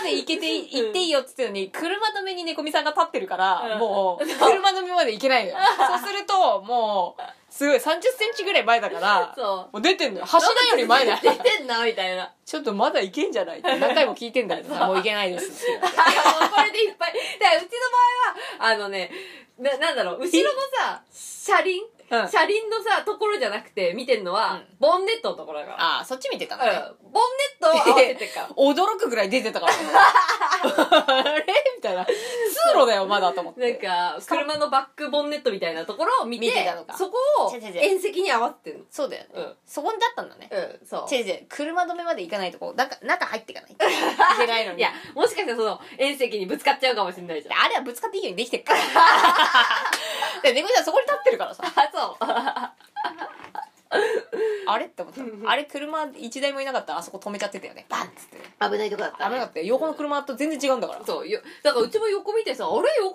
Speaker 1: まで行けてい行っていいよっつってのに車止めに猫みさんが立ってるから、
Speaker 2: うん
Speaker 1: もう車止めまで行けないのよそうするともうすごい3 0センチぐらい前だから
Speaker 2: そう。
Speaker 1: もう出てんのよ柱より前だよ
Speaker 2: 出てんな、みたいな。
Speaker 1: ちょっとまだいけんじゃないって何回も聞いてんだけ どさ、もういけないですって。
Speaker 2: あもうこれでいっぱい。だから、うちの場合は、あのね、な、なんだろう、後ろのさ、車輪
Speaker 1: うん
Speaker 2: 車輪のさ、ところじゃなくて、見てんの
Speaker 1: う
Speaker 2: は
Speaker 1: ん、
Speaker 2: ボンネットのところだから。
Speaker 1: ああ、そっち見てたのね。
Speaker 2: うん。ボンネットを合わせて っから。
Speaker 1: 驚くぐらい出てたから。 あれみたいな。通路だよ、まだと思っ
Speaker 2: なん
Speaker 1: て。
Speaker 2: か、車のバックボンネットみたいなところを見て、
Speaker 1: 見てたのか
Speaker 2: そこを
Speaker 1: 違う違う違う
Speaker 2: 縁石に合わせてんの。
Speaker 1: そうだよね。
Speaker 2: うん
Speaker 1: そこにだったんだね。
Speaker 2: うん、そう。
Speaker 1: 違う違う、車止めまで行かないとこう、なんか中入っていかないと。いけないのに。
Speaker 2: いや、もしかしたらその、遠石にぶつかっちゃうかもし れないじゃん。
Speaker 1: あれはぶつかっていいようにできてる から。で、猫ちゃんそこに立ってるからさ、
Speaker 2: あ、そう。
Speaker 1: あれって思った。あれ車一台もいなかったらあそこ止めちゃってたよね。バンっつってね。
Speaker 2: 危ないとこだっ
Speaker 1: 危なかったよ。横の車と全然違うんだから。
Speaker 2: そう、よ、だからうちも横見てさ、あれ横の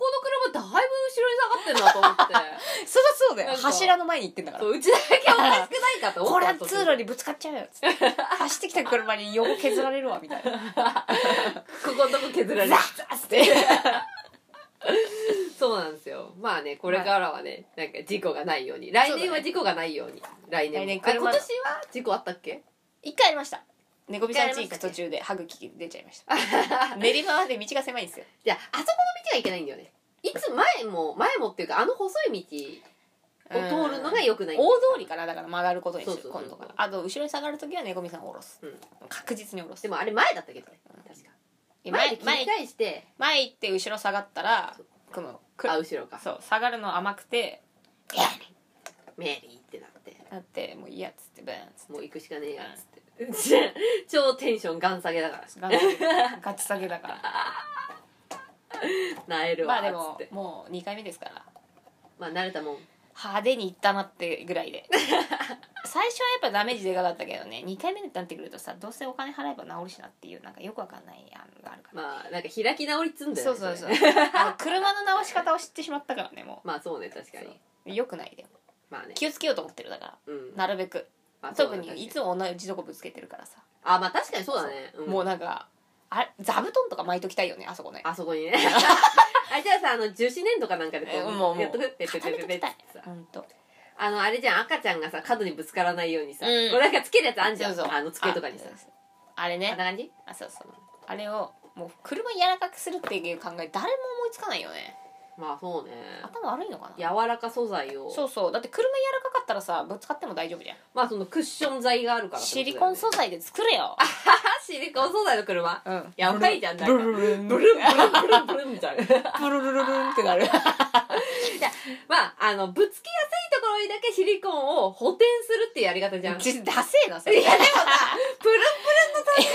Speaker 2: 車だいぶ後ろに下がってんなと思って。
Speaker 1: そりゃそうだよ。
Speaker 2: なんか
Speaker 1: 柱の前に行ってんだから
Speaker 2: そ。う、うちだけおかしくないかと思
Speaker 1: こ
Speaker 2: っ
Speaker 1: れ
Speaker 2: た
Speaker 1: は。通路にぶつかっちゃうよ っつって走ってきた車に横削られるわみたいな
Speaker 2: 途中でここのとこ削られる
Speaker 1: ザ。 ッつって
Speaker 2: そうなんですよ。まあね、これからはね、なんか事故がないように。来年は事故がないように。来年
Speaker 1: 来
Speaker 2: も。
Speaker 1: 年
Speaker 2: あ今
Speaker 1: 車
Speaker 2: 年は事故あったっけ
Speaker 1: 一回ありました猫みさんち行く途中で歯茎出ちゃいました 練馬まで道が狭いんです よ
Speaker 2: じゃあ、あそこの道がいけないんだよね。いつ前も、前もっていうか、あの細い道を通るのが良くない
Speaker 1: 大。通りからだから曲がることにする
Speaker 2: そうそうそう
Speaker 1: 今度からあと後ろに下がる時は猫みさんを下ろす、
Speaker 2: うん
Speaker 1: 確実に下ろす
Speaker 2: でもあれ前だったけどね。確か。
Speaker 1: 前
Speaker 2: 前で切り
Speaker 1: 前
Speaker 2: 返して、
Speaker 1: 前行って後ろ下がったら
Speaker 2: そう
Speaker 1: このく
Speaker 2: あ後ろか
Speaker 1: そう下がるの甘くて
Speaker 2: メリーってなって
Speaker 1: だってもういいやっつってブーンっつって
Speaker 2: もう行くしかねえやっつって 超テンションガン下げだから
Speaker 1: ガチガチ下げだ から
Speaker 2: なえる
Speaker 1: ま
Speaker 2: わ
Speaker 1: あで
Speaker 2: っ
Speaker 1: も
Speaker 2: つって
Speaker 1: もう2回目ですから
Speaker 2: まあ慣れたもん
Speaker 1: 派手にいったなってぐらいで最初はやっぱダメージでかかったけどね2回目になってくるとさどうせお金払えば治るしなっていうなんかよくわかんない案があるから、
Speaker 2: まあなんか開き直りっつうんだよ
Speaker 1: そう
Speaker 2: ね
Speaker 1: そうそう
Speaker 2: れ
Speaker 1: あの車の直し方を知ってしまったからねも
Speaker 2: まあそうね確かに
Speaker 1: うよくないで
Speaker 2: まあね
Speaker 1: 気をつけようと思ってるだから
Speaker 2: うん
Speaker 1: なるべく
Speaker 2: まあそう
Speaker 1: 特
Speaker 2: だね確か
Speaker 1: にいつも同じとこぶつけてるからさ、
Speaker 2: あまあ確かにそうだねん
Speaker 1: もうなんかあ座布団とか巻いときたいよねあそこね
Speaker 2: あそこにね あれじゃあさあの樹脂粘土かなんかでこ
Speaker 1: えもうもう
Speaker 2: やっとくってってっ
Speaker 1: 固
Speaker 2: て
Speaker 1: めと
Speaker 2: って
Speaker 1: き
Speaker 2: って
Speaker 1: たい
Speaker 2: さ
Speaker 1: ほんと
Speaker 2: あのあれじゃん赤ちゃんがさ角にぶつからないようにさ、
Speaker 1: うん
Speaker 2: これなんかつけるやつあんじゃ
Speaker 1: そうんそう
Speaker 2: あの机とかにさ
Speaker 1: あそうそうあれ
Speaker 2: あんな
Speaker 1: ね
Speaker 2: 感じ
Speaker 1: あそうそうあれをもう車柔らかくするっていう考え誰も思いつかないよね
Speaker 2: まあそうね
Speaker 1: 頭悪いのかな
Speaker 2: 柔らか素材を
Speaker 1: そうそうだって車柔らかかったらさぶつかっても大丈夫じゃん、
Speaker 2: まあそのクッション材があるからってことだ
Speaker 1: シ
Speaker 2: よね
Speaker 1: リコン素材で作れよ
Speaker 2: あシリコン素材の車
Speaker 1: うん
Speaker 2: やばいじゃんなんか
Speaker 1: ブルルルン
Speaker 2: ブルンブルンブルンブルンみた いな
Speaker 1: ブルルルルンってなる
Speaker 2: まああのぶつけやすいところにだけシリコンを補填するっていうやり方じゃん
Speaker 1: ちょっとダセえなそ
Speaker 2: い
Speaker 1: れ
Speaker 2: やでもさプルン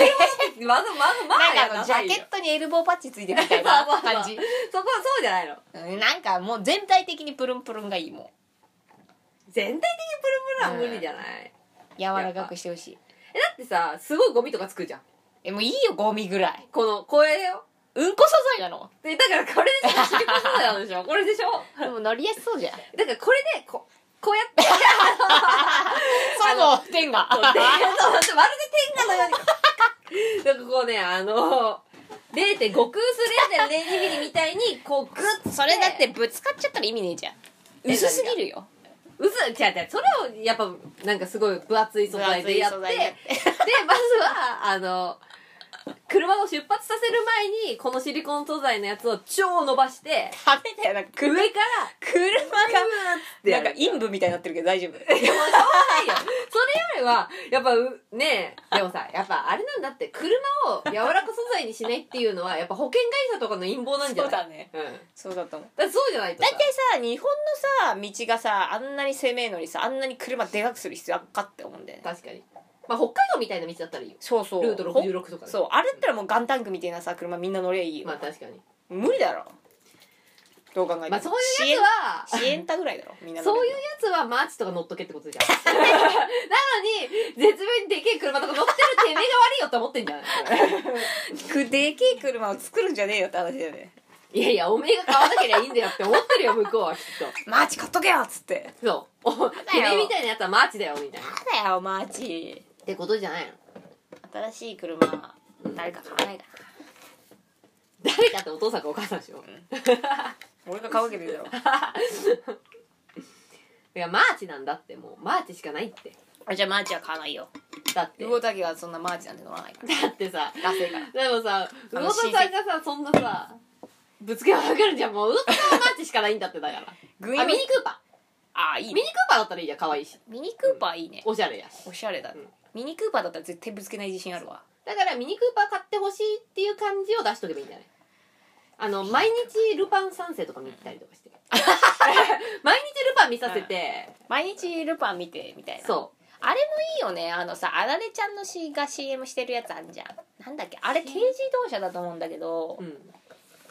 Speaker 2: プルンのタイプまだまだまだ
Speaker 1: なんかあのジャケットにエルボーパッチついてるみたいな感じ
Speaker 2: そこはそうじゃないの
Speaker 1: うんなんかもう全体的にプルンプルンがいいもん
Speaker 2: 全体的にプルンプルンは無理じゃない、
Speaker 1: 柔らかくしてほしい
Speaker 2: えだってさすごいゴミとかつくじゃん
Speaker 1: えもういいよゴミぐらい
Speaker 2: このこれだよ
Speaker 1: うんこ素材なの
Speaker 2: でだからこれでしょシリコン素材なんでし ょこれでしょ
Speaker 1: でも乗りやすそうじゃん
Speaker 2: だからこれでここうやって
Speaker 1: それの点が
Speaker 2: そうそうまるで天下のようにだからこうねあの0.5空数0.02ミリみたいにこうグッて
Speaker 1: それだってぶつかっちゃったら意味ねえじゃん
Speaker 2: え
Speaker 1: 薄すぎるよ
Speaker 2: うず違う違うそれをやっぱなんかすごい分厚い素材でやって
Speaker 1: 分厚い素材でや
Speaker 2: でまずはあの車を出発させる前にこのシリコン素材のやつを超伸ばして
Speaker 1: ダメだよなんか車
Speaker 2: 上か
Speaker 1: が
Speaker 2: らってや
Speaker 1: な
Speaker 2: る
Speaker 1: んか陰部みたいになってるけど大丈夫
Speaker 2: でもしょうがないよそれよりはやっぱうねえでもさやっぱあれなんだって車を柔らか素材にしないっていうのはやっぱ保険会社とかの陰謀なんじゃ
Speaker 1: そう
Speaker 2: ない
Speaker 1: だね
Speaker 2: うんだ
Speaker 1: そうだと思う
Speaker 2: からそうじゃないと
Speaker 1: 大
Speaker 2: さ
Speaker 1: 体さ日本のさ道がさあんなに狭めえのにさあんなに車でかくする必要あっかって思うんだよね
Speaker 2: 確かにまあ北海道みたいな道だったらいいよ
Speaker 1: そうそう
Speaker 2: ルート66とかね
Speaker 1: そうあれだったらもうガンタンクみたいなさ車みんな乗りゃいいよ、
Speaker 2: まあ確かに
Speaker 1: 無理だろどう考えても
Speaker 2: まあそういうやつ
Speaker 1: シエ
Speaker 2: は
Speaker 1: ンシエンタぐらいだろみんな乗
Speaker 2: そう
Speaker 1: れ
Speaker 2: いう
Speaker 1: る
Speaker 2: や
Speaker 1: の
Speaker 2: つはマーチとか乗っとけってことじゃん。 なのに、絶妙にでけえ車とか乗ってるてめえが悪いよって思ってん じゃない
Speaker 1: くでけえ車を作るんじゃねえよって話だよね
Speaker 2: いやいや、おめえが買わなければいいんだよって思ってるよ、向こうはきっ
Speaker 1: マーチ買っとけよっつって
Speaker 2: と。そう。お、てめえみたいなやつはマーチだよ、みたいな。っ
Speaker 1: やだよマーチ
Speaker 2: てことじゃないの
Speaker 1: 新しい車誰か買わないかな
Speaker 2: 誰かってお父さんかお母さんでしょ。
Speaker 1: 俺が買うわけでだろ
Speaker 2: いや、マーチなんだって、もう。マーチしかないって。
Speaker 1: あ じゃあマーチは買わないよ
Speaker 2: だって。
Speaker 1: 魚竹はそんなマーチなんて乗らない から
Speaker 2: だってさ、
Speaker 1: ダセえから
Speaker 2: でもさ、う
Speaker 1: あ
Speaker 2: お
Speaker 1: の
Speaker 2: とさんがさ、そんなさ、ぶつけばわかるじゃん。もう、うおとさんはマーチしかないんだって、だから。
Speaker 1: グイ
Speaker 2: あ、ミニクーパ
Speaker 1: あい
Speaker 2: ー。
Speaker 1: い
Speaker 2: ミ
Speaker 1: ね
Speaker 2: ニクーパーだったらいいじゃん、可愛いし。
Speaker 1: ミニクーパーいいね
Speaker 2: おしゃれやし。
Speaker 1: おしゃれだ、
Speaker 2: うん
Speaker 1: ミニクーパーだったら絶対ぶつけない自信あるわ
Speaker 2: だからミニクーパー買ってほしいっていう感じを出しとけばいいんじゃないあの毎日ルパン三世とか見たりとかして毎日ルパン見させて、
Speaker 1: 毎日ルパン見てみたいな
Speaker 2: そ
Speaker 1: あれもいいよねあのさあられちゃんの C が CM してるやつあんじゃんなんだっけあれ軽自動車だと思うんだけど
Speaker 2: う、うん、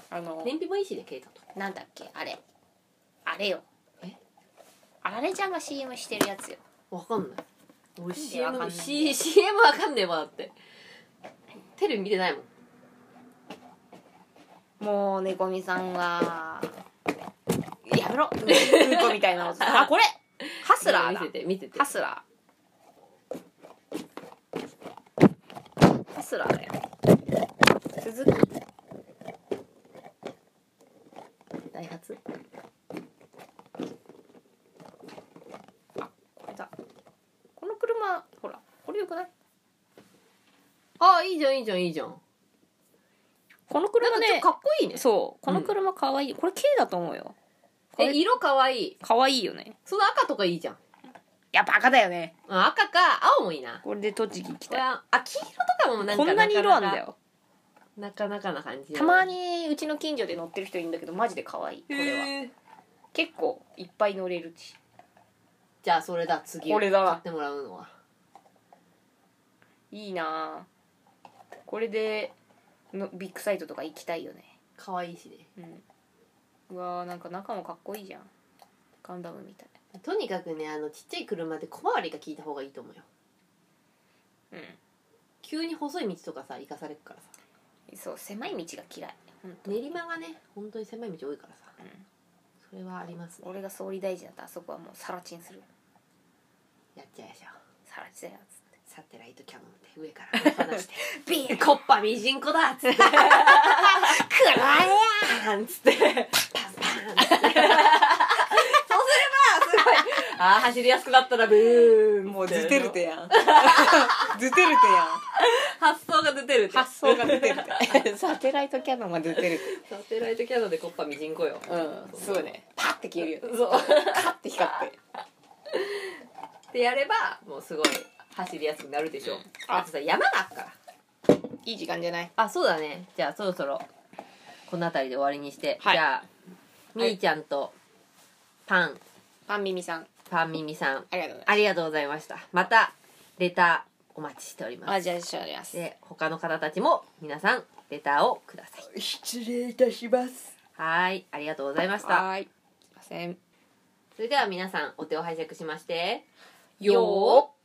Speaker 1: あの
Speaker 2: 燃費もいいしねケイタと
Speaker 1: なんだっけあれあれよ
Speaker 2: え
Speaker 1: あられちゃんが CM してるやつよ
Speaker 2: わかんない俺
Speaker 1: わかんな
Speaker 2: CM,
Speaker 1: い
Speaker 2: C CM わかんねえわだってテレビ見てないもん
Speaker 1: もう猫みさんはやめ ろうんこみたいな音あこれハスラー
Speaker 2: 見
Speaker 1: だ
Speaker 2: せて見せて
Speaker 1: ハスラーハスラーだよ続く
Speaker 2: ダイハツ
Speaker 1: これだこの車ほらこれよくない
Speaker 2: あいいじゃんいいじゃんいいじゃん
Speaker 1: この
Speaker 2: な
Speaker 1: 車
Speaker 2: んかちょっ
Speaker 1: ね
Speaker 2: とかっこいいね
Speaker 1: そうこの車かわいい、これ K だと思うよこ
Speaker 2: え
Speaker 1: れ
Speaker 2: 色かわいい
Speaker 1: かわいいよね
Speaker 2: その赤とかいいじゃん
Speaker 1: やっぱ赤だよね
Speaker 2: あ赤か青もいいな
Speaker 1: これで栃木来
Speaker 2: これ
Speaker 1: た
Speaker 2: はあ黄色とかもなんか
Speaker 1: こんなに色あんだよ
Speaker 2: なかなかな感じ
Speaker 1: たまにうちの近所で乗ってる人いるんだけどマジで可愛いこれは
Speaker 2: へー
Speaker 1: 結構いっぱい乗れるし
Speaker 2: じゃあそれだ次
Speaker 1: これだわ
Speaker 2: 買ってもらうのはい
Speaker 1: いなあこれでのビッグサイトとか行きたいよね
Speaker 2: 可愛いしね
Speaker 1: うんうわーなんか中もかっこいいじゃんガンダムみたい
Speaker 2: とにかくねあのちっちゃい車で小回りが効いた方がいいと思うよ
Speaker 1: う
Speaker 2: 急に細い道とかさ行かされるからさ
Speaker 1: んそう狭い道が嫌い本当に、
Speaker 2: 練馬がね本当に狭い道多いからさ
Speaker 1: うん
Speaker 2: それはありますね
Speaker 1: 俺が総理大臣だったらあそこはもうサラチンする
Speaker 2: やっちゃいましょう
Speaker 1: サラチンだよっつっ
Speaker 2: サテライトキャノンで上から放して
Speaker 1: てビ
Speaker 2: 「え
Speaker 1: ーン
Speaker 2: コッパミジンコだ!」っつって
Speaker 1: くらえ
Speaker 2: 「パン!」っつって「パンパン!」っつってそうすればすごい ああ走りやすくなったらブーン
Speaker 1: てや んズテルテやん
Speaker 2: 発想が出てる
Speaker 1: 発想がズテルテ サテライトキャノンがズテルテ
Speaker 2: サテライトキャノンでコッパミジンコよ
Speaker 1: うんすごいねパッて消えるよね
Speaker 2: そう
Speaker 1: パッて光って
Speaker 2: ってやればもうすごい走りやすくなるでしょ、あとさ山があっから
Speaker 1: いい時間じゃない
Speaker 2: あそうだねじゃあそろそろこの辺りで終わりにして、
Speaker 1: はい
Speaker 2: じゃあみーちゃんとパン
Speaker 1: パンミミさん
Speaker 2: パンミミさん
Speaker 1: ありがとうございます
Speaker 2: ありがとうございましたまたレターお待ちしております
Speaker 1: あじゃあ一緒にやります
Speaker 2: で他の方たちも皆さんレターをください
Speaker 1: 失礼いたします
Speaker 2: はーいありがとうございました
Speaker 1: はーいすいません
Speaker 2: それでは皆さんお手を拝借しまして
Speaker 1: よー